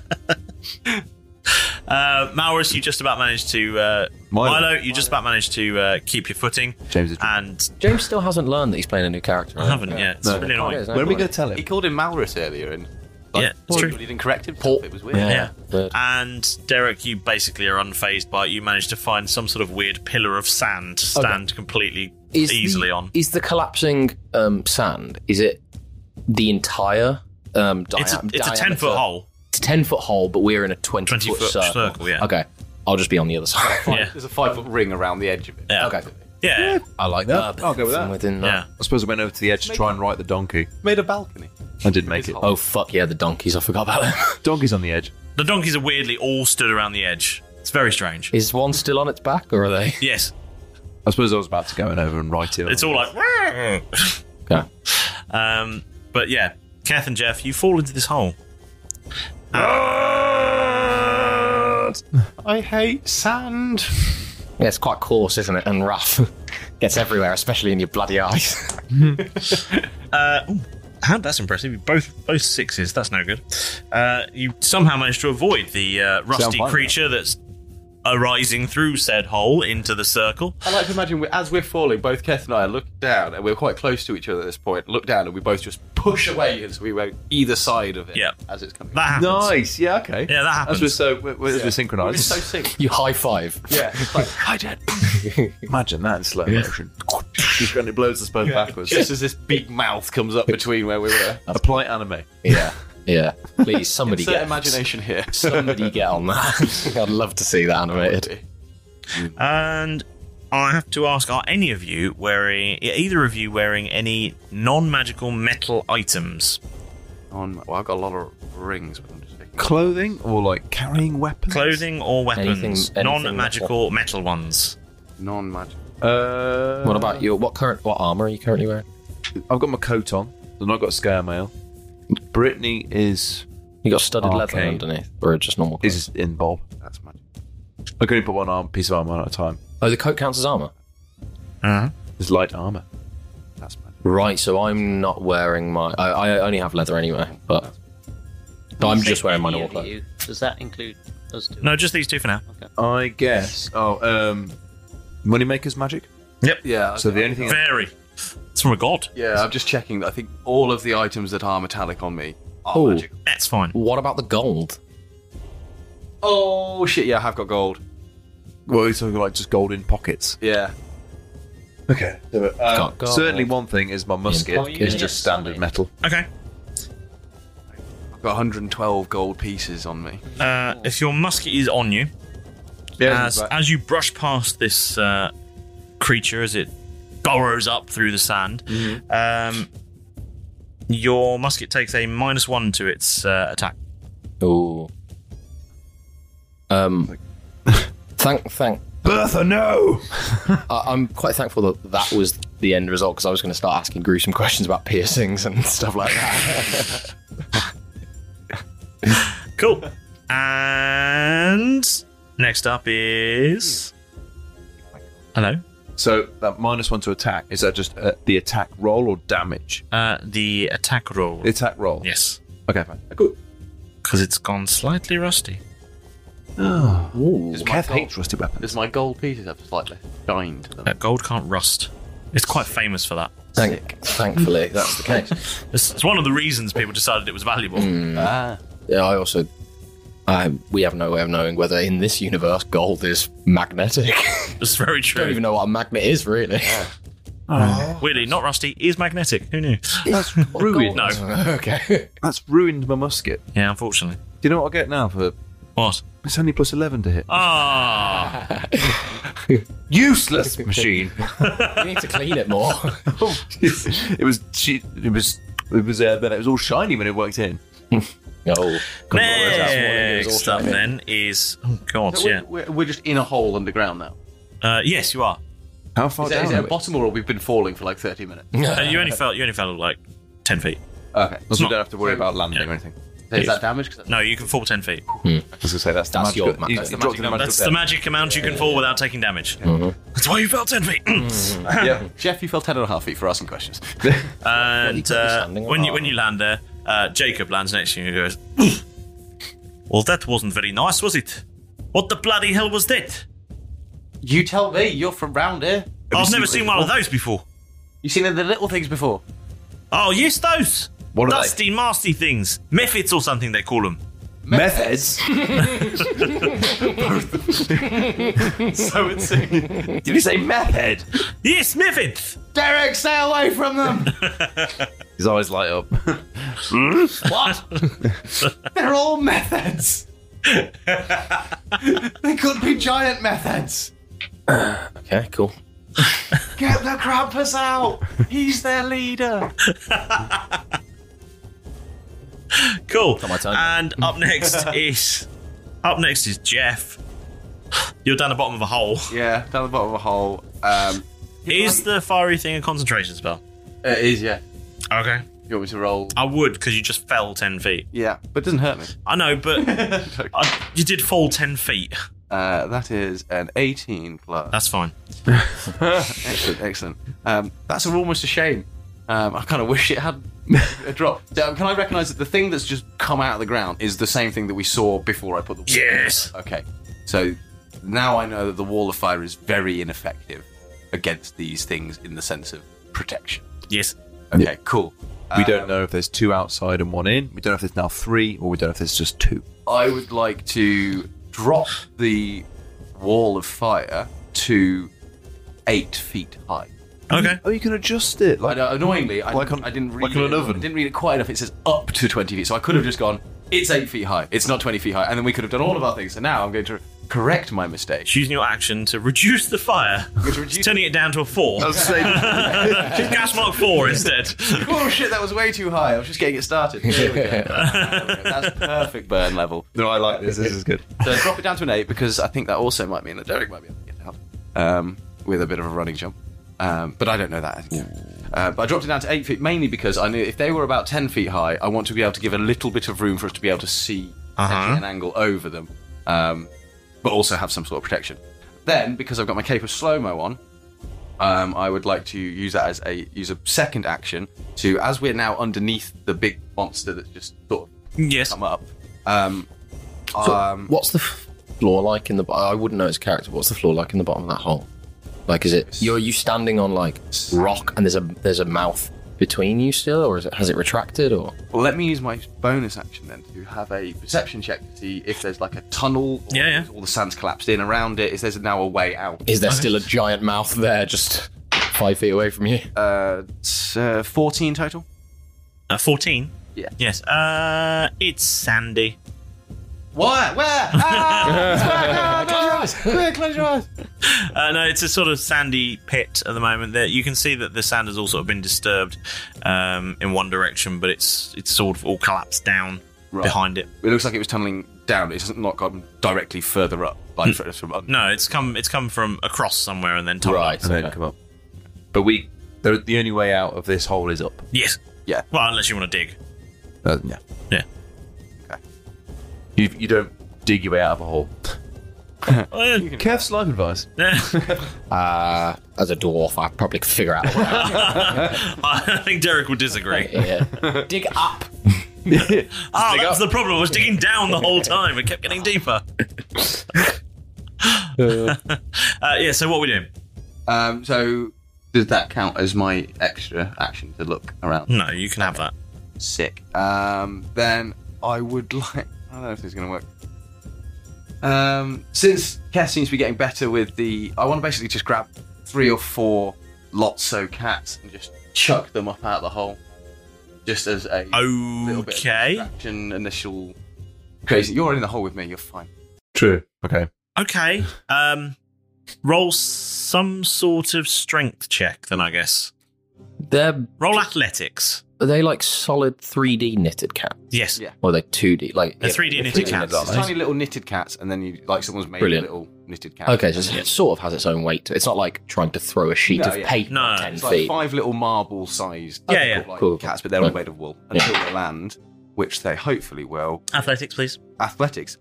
Uh, Maurus, you just about managed to. Uh, Milo.
Milo.
you just about managed to uh, keep your footing.
James is
and
James still hasn't learned that he's playing a new character.
I haven't yet. It's really annoying.
going to tell him?
He called him Malrus earlier and
yeah, it's true.
he didn't correct himself. It was weird.
Yeah. And Derek, you basically are unfazed by it. You managed to find some sort of weird pillar of sand to stand completely easily
the,
on.
Um, Is the collapsing um, sand? Is it the entire? Um, dia-
It's a- it's a 10
diameter?
foot hole.
It's a ten foot hole, but we're in a twenty,
20
foot,
foot
circle.
circle, yeah.
Okay, I'll just be on the other side.
Yeah.
There's a five foot ring around the edge of it.
Yeah.
Okay.
Yeah.
I like that.
I'll go with that.
Within that.
I suppose I went over to the edge to try and right the donkey.
Made a balcony.
I didn't make it.
Oh fuck yeah, the donkeys! I forgot about them.
Donkey's on the edge.
The donkeys are weirdly all stood around the edge. It's very strange.
Is one still on its back, or are they?
Yes.
I suppose I was about to go in over and right it.
It's all like.
Okay.
Um, but yeah, Kath and Jeff, you fall into this hole.
I hate sand.
Yeah, it's quite coarse, isn't it? And rough. Gets everywhere, especially in your bloody eyes.
Uh, ooh, how- that's impressive. You Both both sixes. That's no good. Uh, you somehow managed to avoid the uh, rusty
fine now.
creature that's arising through said hole into the circle.
I like to imagine we as we're falling, both Keth and I are looking down, and we're quite close to each other at this point. Look down, and we both just push away as we went either side of it
Yeah.
as it's coming.
That happens.
Nice. Yeah. Okay.
Yeah, that happens.
As we're so we're, we're, we're
We're
synchronized.
so synced.
you high five.
Yeah. It's like, hi, Dad.
Imagine that in slow motion. Just when it blows us both backwards.
Just as this big mouth comes up between where we were.
Apply anime.
Yeah. Yeah. Please, somebody
Insert
get
imagination here.
somebody get on that. I'd love to see that animated.
And I have to ask: Are any of you wearing? Either of you wearing any non-magical metal items?
On, well, I've got a lot of rings, but I'm just thinking.
Clothing or like carrying weapons?
Clothing or weapons?
Anything- anything
Non-magical metal ones.
Non magic.
Uh,
What about your what current what armor are you currently wearing?
I've got my coat on, and I've got scare mail. Brittany is
You got studded leather
Arcane.
underneath, or just normal? Clothes?
is in Bob.
That's magic.
I can only put one arm piece of armor on at a time.
Oh, the coat counts as armor.
Uh-huh.
It's light armor.
That's magic.
Right. So I'm not wearing my. I, I only have leather anyway, but no, I'm
Say
just wearing my
any
normal
of
clothes.
you. Does that include us two?
No, just these two for now.
I guess. Oh, um, moneymaker's magic.
Yep.
Yeah.
So
okay.
the only thing.
Very. It's from a god.
Yeah, I'm just checking that I think all of the items that are metallic on me are
Oh.
magic.
That's fine.
What about the gold?
Oh, shit, yeah, I have got gold.
Well, it's talking like just gold in pockets.
Yeah.
Okay. do it. Um,
Got- got
certainly,
it.
one thing is my
Oh,
musket
you
is
need
just standard metal.
Okay.
I've got 112 gold pieces on me.
Uh, if your musket is on you,
Yeah,
as,
right.
as you brush past this uh, creature as it burrows up through the sand, um, your musket takes a minus one to its uh, attack.
Oh. Um. thank, thank.
Bertha, no.
I, I'm quite thankful that that was the end result because I was going to start asking gruesome questions about piercings and stuff like that.
Cool. And next up is Hello.
So that minus one to attack is that just uh, the attack roll or damage?
uh, the attack roll.
The attack roll.
Yes.
Okay, fine. Cool.
Because it's gone slightly rusty.
Oh.
Does my
Kev
gold-
hates rusty weapons.
Does my gold pieces have slightly shine to them?
Uh, gold can't rust. It's quite famous for that.
Thank, thankfully, that's the case.
It's, it's one of the reasons people decided it was valuable.
Ah. Yeah, I also. I, we have no way of knowing whether in this universe gold is magnetic.
That's very true.
don't even know what a magnet is, really.
Uh, Weirdly, not rusty is magnetic. Who knew?
That's ruined.
No.
okay.
That's ruined my musket.
Yeah, unfortunately.
Do you know what I get now for?
What?
It's only plus eleven to hit.
Ah.
Useless machine.
you need to clean it more.
it was. She, it was. It was. Uh, but it was all shiny when it worked in.
oh.
Next up then is oh god,
So
yeah.
we're, we're, we're just in a hole underground now.
Uh, yes, you are.
How far
Is it,
down
is it
are
a
we?
bottom or we've been falling for like 30 minutes?
Uh, you only fell. You only fell like ten feet.
Okay,
It's
so
not-
you don't have to worry about landing or anything.
Is that damage? 'Cause
No, you can fall ten feet.
Hmm. I was gonna say that's the
That's
magical-
your ma-
you-
that's
you
the
dropped
magic number.
magical
That's the
there.
magic amount you can fall without taking damage. That's why you fell ten feet.
Mm-hmm. yeah. Jeff, you fell 10 and a half feet for asking questions.
And uh, when you when you land there, uh, Jacob lands next to you and goes, "Oof. "Well, that wasn't very nice, was it? What the bloody hell was that?
You tell me, you're from round here.
I've never seen one of those before.
You've seen the little things before.
Oh yes, those
What are they?
dusty, nasty things, methods or something they call them.
Methods.
so it's. Did
you say method?
Yes, methods.
Derek, stay away from them!
His eyes light up.
Hmm?
what? They're all methods! they could be giant methods!
Okay, cool.
Get the Krampus out! He's their leader!
Cool. And up next is up next is Jeff. You're down the bottom of a hole.
Yeah, down the bottom of a hole. Um,
Is the fiery thing a concentration spell?
it is, yeah.
Okay.
You want me to roll?
I would because you just fell ten feet.
Yeah, but it doesn't hurt me.
I know, but I, you did fall ten feet.
Uh, that is an 18 plus.
That's fine.
excellent, excellent. Um, that's a- almost a shame. Um, I kind of wish it had a drop. Um, can I recognise that the thing that's just come out of the ground is the same thing that we saw before I put the wall?
Yes.
Okay. So now I know that the wall of fire is very ineffective against these things in the sense of protection.
Yes.
Okay. Cool. Um,
We don't know if there's two outside and one in. We don't know if there's now three, or we don't know if there's just two.
I would like to drop the wall of fire to eight feet high.
Okay.
Oh, you can adjust it.
I know, annoyingly, I,
Like on-
I didn't read
like on
it.
an oven.
I didn't read it quite enough. It says up to 20 feet, so I could have just gone, it's 8 feet high, it's not 20 feet high, and then we could have done all of our things. So now I'm going to correct my mistake.
Choosing your action to reduce the fire, turning it down to a four.
I was saying-
Gas mark four instead.
oh shit, that was way too high. I was just getting it started. There we go. That's perfect burn level.
No, I like this. This is good.
So drop it down to an 8 because I think that also might mean that Derek might be able to get out um, with a bit of a running jump. Um, but I don't know that. Uh, but I dropped it down to 8 feet mainly because I knew if they were about 10 feet high, I want to be able to give a little bit of room for us to be able to see at an angle over them, um, but also have some sort of protection. Then, because I've got my cape of slow mo on, um, I would like to use that as a use a second action to, as we're now underneath the big monster that's just sort of
yes.
come up. Um,
So
um,
what's the f- floor like in the? bo- I wouldn't know its character. What's the floor like in the bottom of that hole? Like, is it you're you standing on like rock and there's a there's a mouth between you still, or is it has it retracted or?
Well, let me use my bonus action then to have a perception check to see if there's like a tunnel. Or yeah, All the sand's collapsed in around it. Is there's now a way out?
Is there still a giant mouth there just five feet away from you.
Uh, it's, uh, 14 total.
Uh, 14?
Yeah.
Yes. Uh, it's Sandy.
What? Where? Ah! Close your eyes. Quick, close your eyes.
Uh, no, it's a sort of sandy pit at the moment. There, you can see that the sand has all sort of been disturbed um, in one direction, but it's it's sort of all collapsed down behind it.
It looks like it was tunneling down. It hasn't not gone directly further up.
Hmm.
Like from- from under.
No, it's come it's come from across somewhere and then top
Right, and then come up. But we, the, the only way out of this hole is up.
Yes.
Yeah.
Well, unless you want to dig.
Uh, yeah.
Yeah.
You, you don't dig your way out of a hole. Kev's life advice.
Uh, as a dwarf, I probably could figure out. a way out.
I think Derek would disagree.
Yeah.
dig up. Ah, that was the problem. I was digging down the whole time. It kept getting deeper. Uh, yeah. So what are we doing?
Um, so does that count as my extra action to look around?
No, you can have that.
Sick. Um, then I would like. I don't know if this is going to work. Um, since Cass seems to be getting better with the, I want to basically just grab three or four Lotso cats and just chuck them up out of the hole, just as a little bit
Okay.
of distraction, initial crazy. You're in the hole with me. You're fine.
True. Okay.
Okay. Um, roll some sort of strength check, then I guess.
They're
roll athletics.
Are they like solid 3D knitted cats?
Yes.
Yeah.
Or are they 2D? Like
They're
yeah,
3D knitted
cats,
It's
aren't
tiny little knitted cats, and then you like someone's made
Brilliant.
a little knitted
they?
cat.
Okay, so it sort of has its own weight. to it. It's not like trying to throw a sheet
No,
of
yeah.
paper ten
it's Like
feet.
five little marble sized
Yeah, yeah.
like
Cool.
cats, but they're all
Okay.
made of wool
Yeah.
until they land, which they hopefully will.
Athletics, please.
Athletics.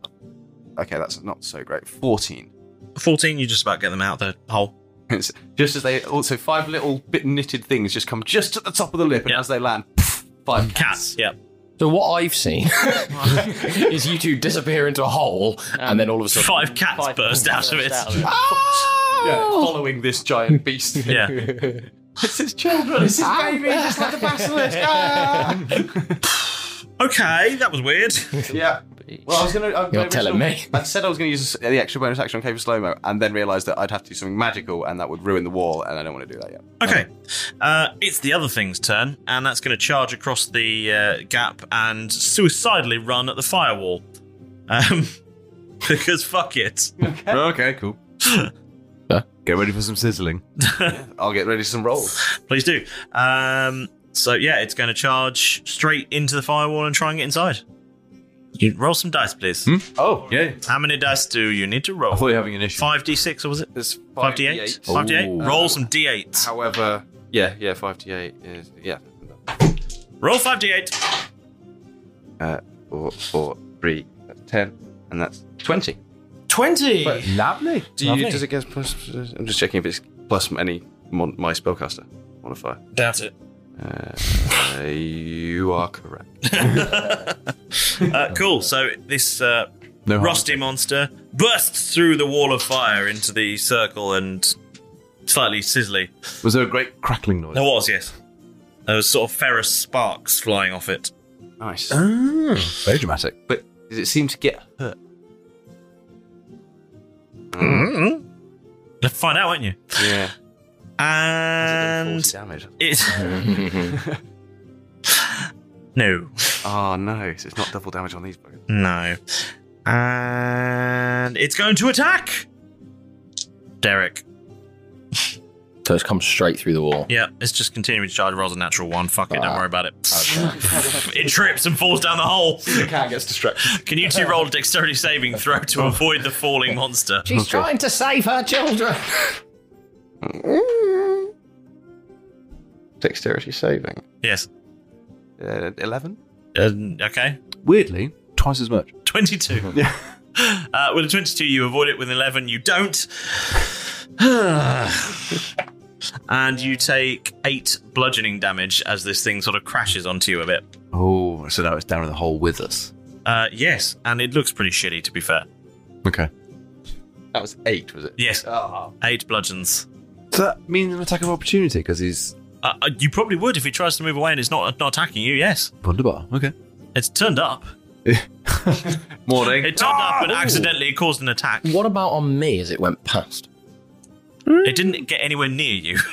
Okay, that's not so great. 14.
14, you just about get them out the hole.
It's just as they also, five little bit knitted things just come just to the top of the lip, and as they land, pff, five
cats. Yep.
So what I've seen is you two disappear into a hole, and then all of a sudden Oh!
five cats burst out of it.
Yeah, following this giant beast.
Yeah.
it's his children. It's his baby. Just like the basilisk. Ah!
okay, that was weird.
yeah. Well, I was gonna. I,
You're
I
telling
originally- I said I was gonna use the extra bonus action on Cave of Slow Mo, and then realised that I'd have to do something magical, and that would ruin the wall, and I don't want to do that yet.
Okay. Uh, it's the other thing's turn, and that's going to charge across the uh, gap and suicidally run at the firewall. Um, because fuck it.
Okay,
cool. Get ready for some sizzling.
I'll get ready for some rolls.
Please do. Um, so, yeah, it's going to charge straight into the firewall and try and get inside. You roll some dice, please.
Oh, yeah.
How many dice do you need to roll? I
thought you were having an issue.
5d6, or was it?
It's
5d8. 5d8.
Ooh.
Roll some d8s.
However, yeah, yeah, five to eight is yeah.
Roll 5d8.
Uh, four, four, three, that's ten, and that's twenty.
20!
Lovely.
Do you, does it get plus? I'm just checking if it's plus any mon- my spellcaster modifier.
Doubt it.
Uh, you are correct.
Uh, cool. So this uh,
No harm.
rusty monster bursts through the wall of fire into the circle and slightly sizzly.
Was there a great crackling noise?
There was, yes. There was sort of ferrous sparks flying off it.
Nice. Ah.
Very dramatic.
But does it seem to get hurt?
Mm-hmm. You'll find out, won't you?
Yeah.
And
damage.
It. no.
Oh no! So it's not double damage on these buggers.
no. And it's going to attack Derek.
so it's come straight through the wall.
Yeah, it's just continuing to charge. Rolls a natural one. Fuck it, don't worry about it. it trips and falls down the hole. The
cat gets distracted. Oh.
Can you two roll a dexterity saving throw to avoid the falling monster?
She's trying to save her children.
Dexterity saving.
Yes.
Uh, Eleven.
Um, okay.
Weirdly, twice as much.
22. Yeah. Uh, with a 22, you avoid it. With an 11, you don't. and you take eight bludgeoning damage as this thing sort of crashes onto you a bit.
Oh, so now it's down in the hole with us.
Uh, yes, and it looks pretty shitty, to be fair.
Okay.
That was eight, was it? Ah.
Yes. Eight bludgeons.
So that means an attack of opportunity because he's
Uh, uh, you probably would if he tries to move away and it's not, not attacking you, yes.
wunderbar. Okay.
It's turned up.
Morning.
It turned up and accidentally it caused an attack.
What about on me as it went past?
It didn't get anywhere near you.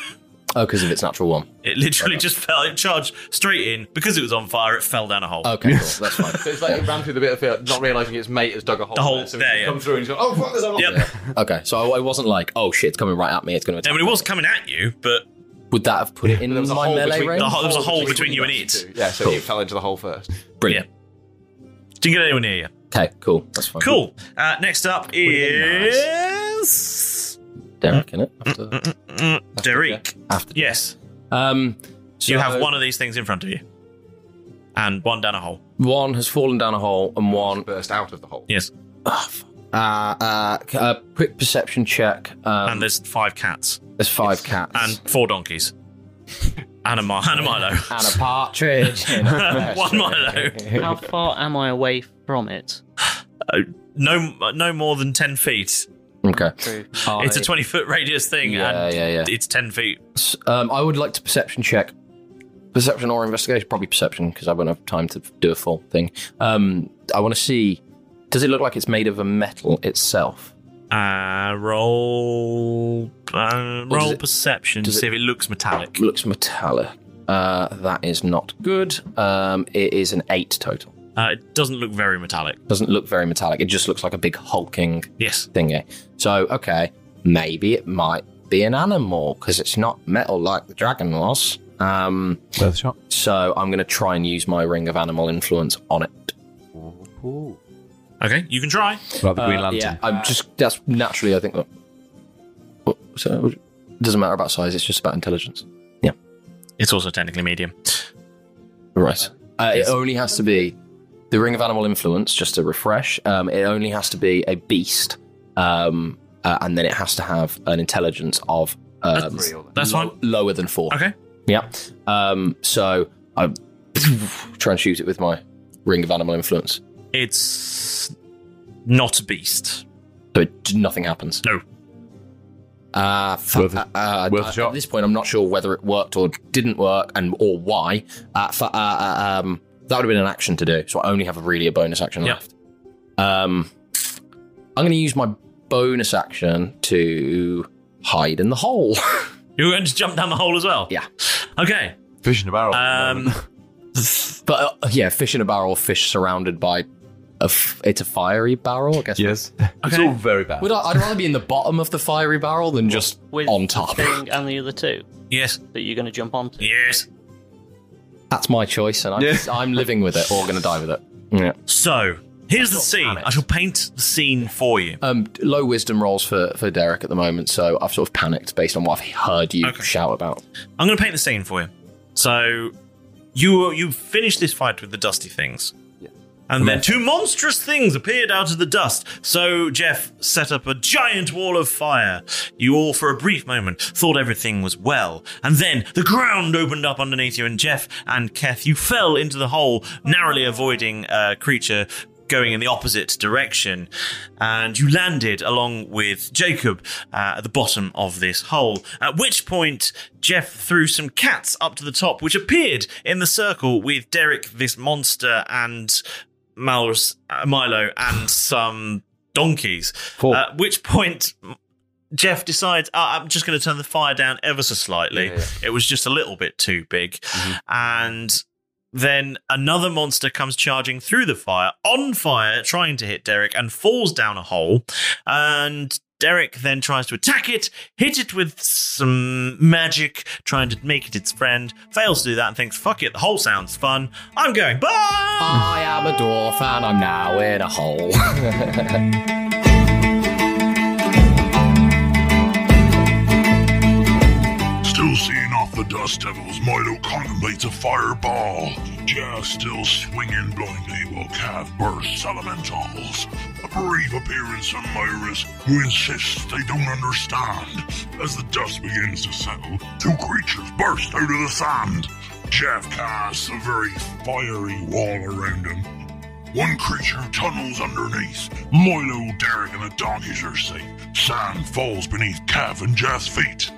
Oh, because of its natural one.
It literally just fell. It charged straight in because it was on fire. It fell down a hole.
Okay, cool. That's fine.
So it's like it ran through the bit of field, not realizing its mate has dug a hole.
The hole
so
there,
it
yeah.
comes through and you go, "Oh fuck, there's a hole."
Yep.
Okay, so I, I wasn't like, oh shit, it's coming right at me. It's going to.
I mean, it was coming at you, but
Would that have put it in my melee range?
The hole- there was a hole between you and it.
Yeah, so it fell into the hole first.
Brilliant.
Didn't get anywhere near you.
Okay, cool. That's fine.
Cool. Uh, next up is
Derek, innit? After,
Mm, Derek.
after
Yes.
Um,
you have one of these things in front of you, and one down a hole.
one has fallen down a hole, and one
burst out of the hole.
Yes.
Uh, uh, c- uh, quick perception check. Um,
and there's five cats.
There's five cats.
And four donkeys. and a, mi- and a Milo.
And a partridge.
One Milo.
How far am I away from it?
Uh, no, no more than 10 feet.
Okay.
It's a
I-
20 foot radius thing,
Yeah,
and
yeah, yeah.
it's 10 feet.
S- Um, I would like to perception check. Perception or investigation? Probably perception, because I won't have time to do a full thing. Um, I want to see. Does it look like it's made of a metal itself?
Uh, roll. Uh,
Or does
roll
it-
perception to
does
see
it-
if it looks metallic.
Looks metallic. Uh, that is not good. Um, it is an eight total.
Uh, it doesn't look very metallic.
Doesn't look very metallic. It just looks like a big hulking
yes.
thingy. So okay, maybe it might be an animal because it's not metal like the dragon was. Um, So I'm going to try and use my ring of animal influence on it.
Okay, you can try.
About the Green Lantern. Uh, Yeah, I'm just that's naturally I think. that- Well, so it doesn't matter about size; it's just about intelligence. Yeah,
it's also technically medium.
Right. Uh, it only has to be the ring of animal influence. Just to refresh, um, it only has to be a beast, um, uh, and then it has to have an intelligence of um,
That's- that's
low-
fine.
lower than four.
Okay.
Yeah. Um, so I try and shoot it with my ring of animal influence.
It's not a beast.
So it, nothing happens.
No.
Uh, fu- uh, uh,
worth a
uh,
shot.
At this point, I'm not sure whether it worked or didn't work, and or why. Uh, fu- uh, uh, um, that would have been an action to do, so I only have really a bonus action
Yep.
left. Um, I'm going to use my bonus action to hide in the hole.
You're going to jump down the hole as well?
Yeah.
Okay.
Fish in a barrel.
Um,
but uh, yeah, fish in a barrel, fish surrounded by a. F- it's a fiery barrel, I guess. Yes,
It's all very bad.
Would I, I'd rather be in the bottom of the fiery barrel than just
With
on top.
the thing and the other two
Yes.
that you're going to jump onto.
Yes.
That's my choice, and I'm, I'm living with it or going to die with it. Yeah.
So here's the scene. I shall paint the scene for you.
Um, low wisdom rolls for, for Derek at the moment, so I've sort of panicked based on what I've heard you shout about.
I'm going to paint the scene for you. So you you finished this fight with the dusty things. And then two monstrous things appeared out of the dust. So Jeff set up a giant wall of fire. You all, for a brief moment, thought everything was well. And then the ground opened up underneath you, and Jeff and Keth, you fell into the hole, narrowly avoiding a creature going in the opposite direction. And you landed along with Jacob uh, at the bottom of this hole. At which point, Jeff threw some cats up to the top, which appeared in the circle with Derek, this monster, and Mal's, uh, Milo and some donkeys. At which point, Jeff decides, "Oh, I'm just going to turn the fire down ever so slightly. It was just a little bit too big. And then another monster comes charging through the fire, on fire, trying to hit Derek, and falls down a hole. And Derek then tries to attack it, hit it with some magic, trying to make it its friend, fails to do that, and thinks, fuck it, the hole sounds fun. I'm going, bye!
I am a dwarf and I'm now in a hole.
Still seeing off the dust devils, Milo contemplates a fireball. Jeff still swinging blindly while Cav bursts elementals. A brief appearance from Myris, who insists they don't understand. As the dust begins to settle, two creatures burst out of the sand. Jeff casts a very fiery wall around him. One creature tunnels underneath. Milo, Derek, and the donkeys are safe. Sand falls beneath Cav and Jeff's feet.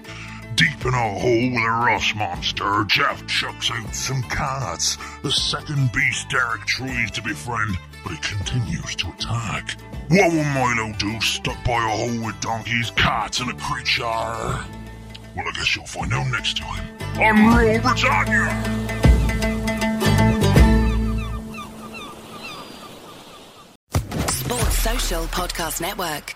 Deep in a hole with a rust monster, Jeff chucks out some cats. The second beast Derek tries to befriend, but it continues to attack. What will Milo do stuck by a hole with donkeys, cats, and a creature? Well, I guess you'll find out next time on Rule Britannia.
Sports Social Podcast Network.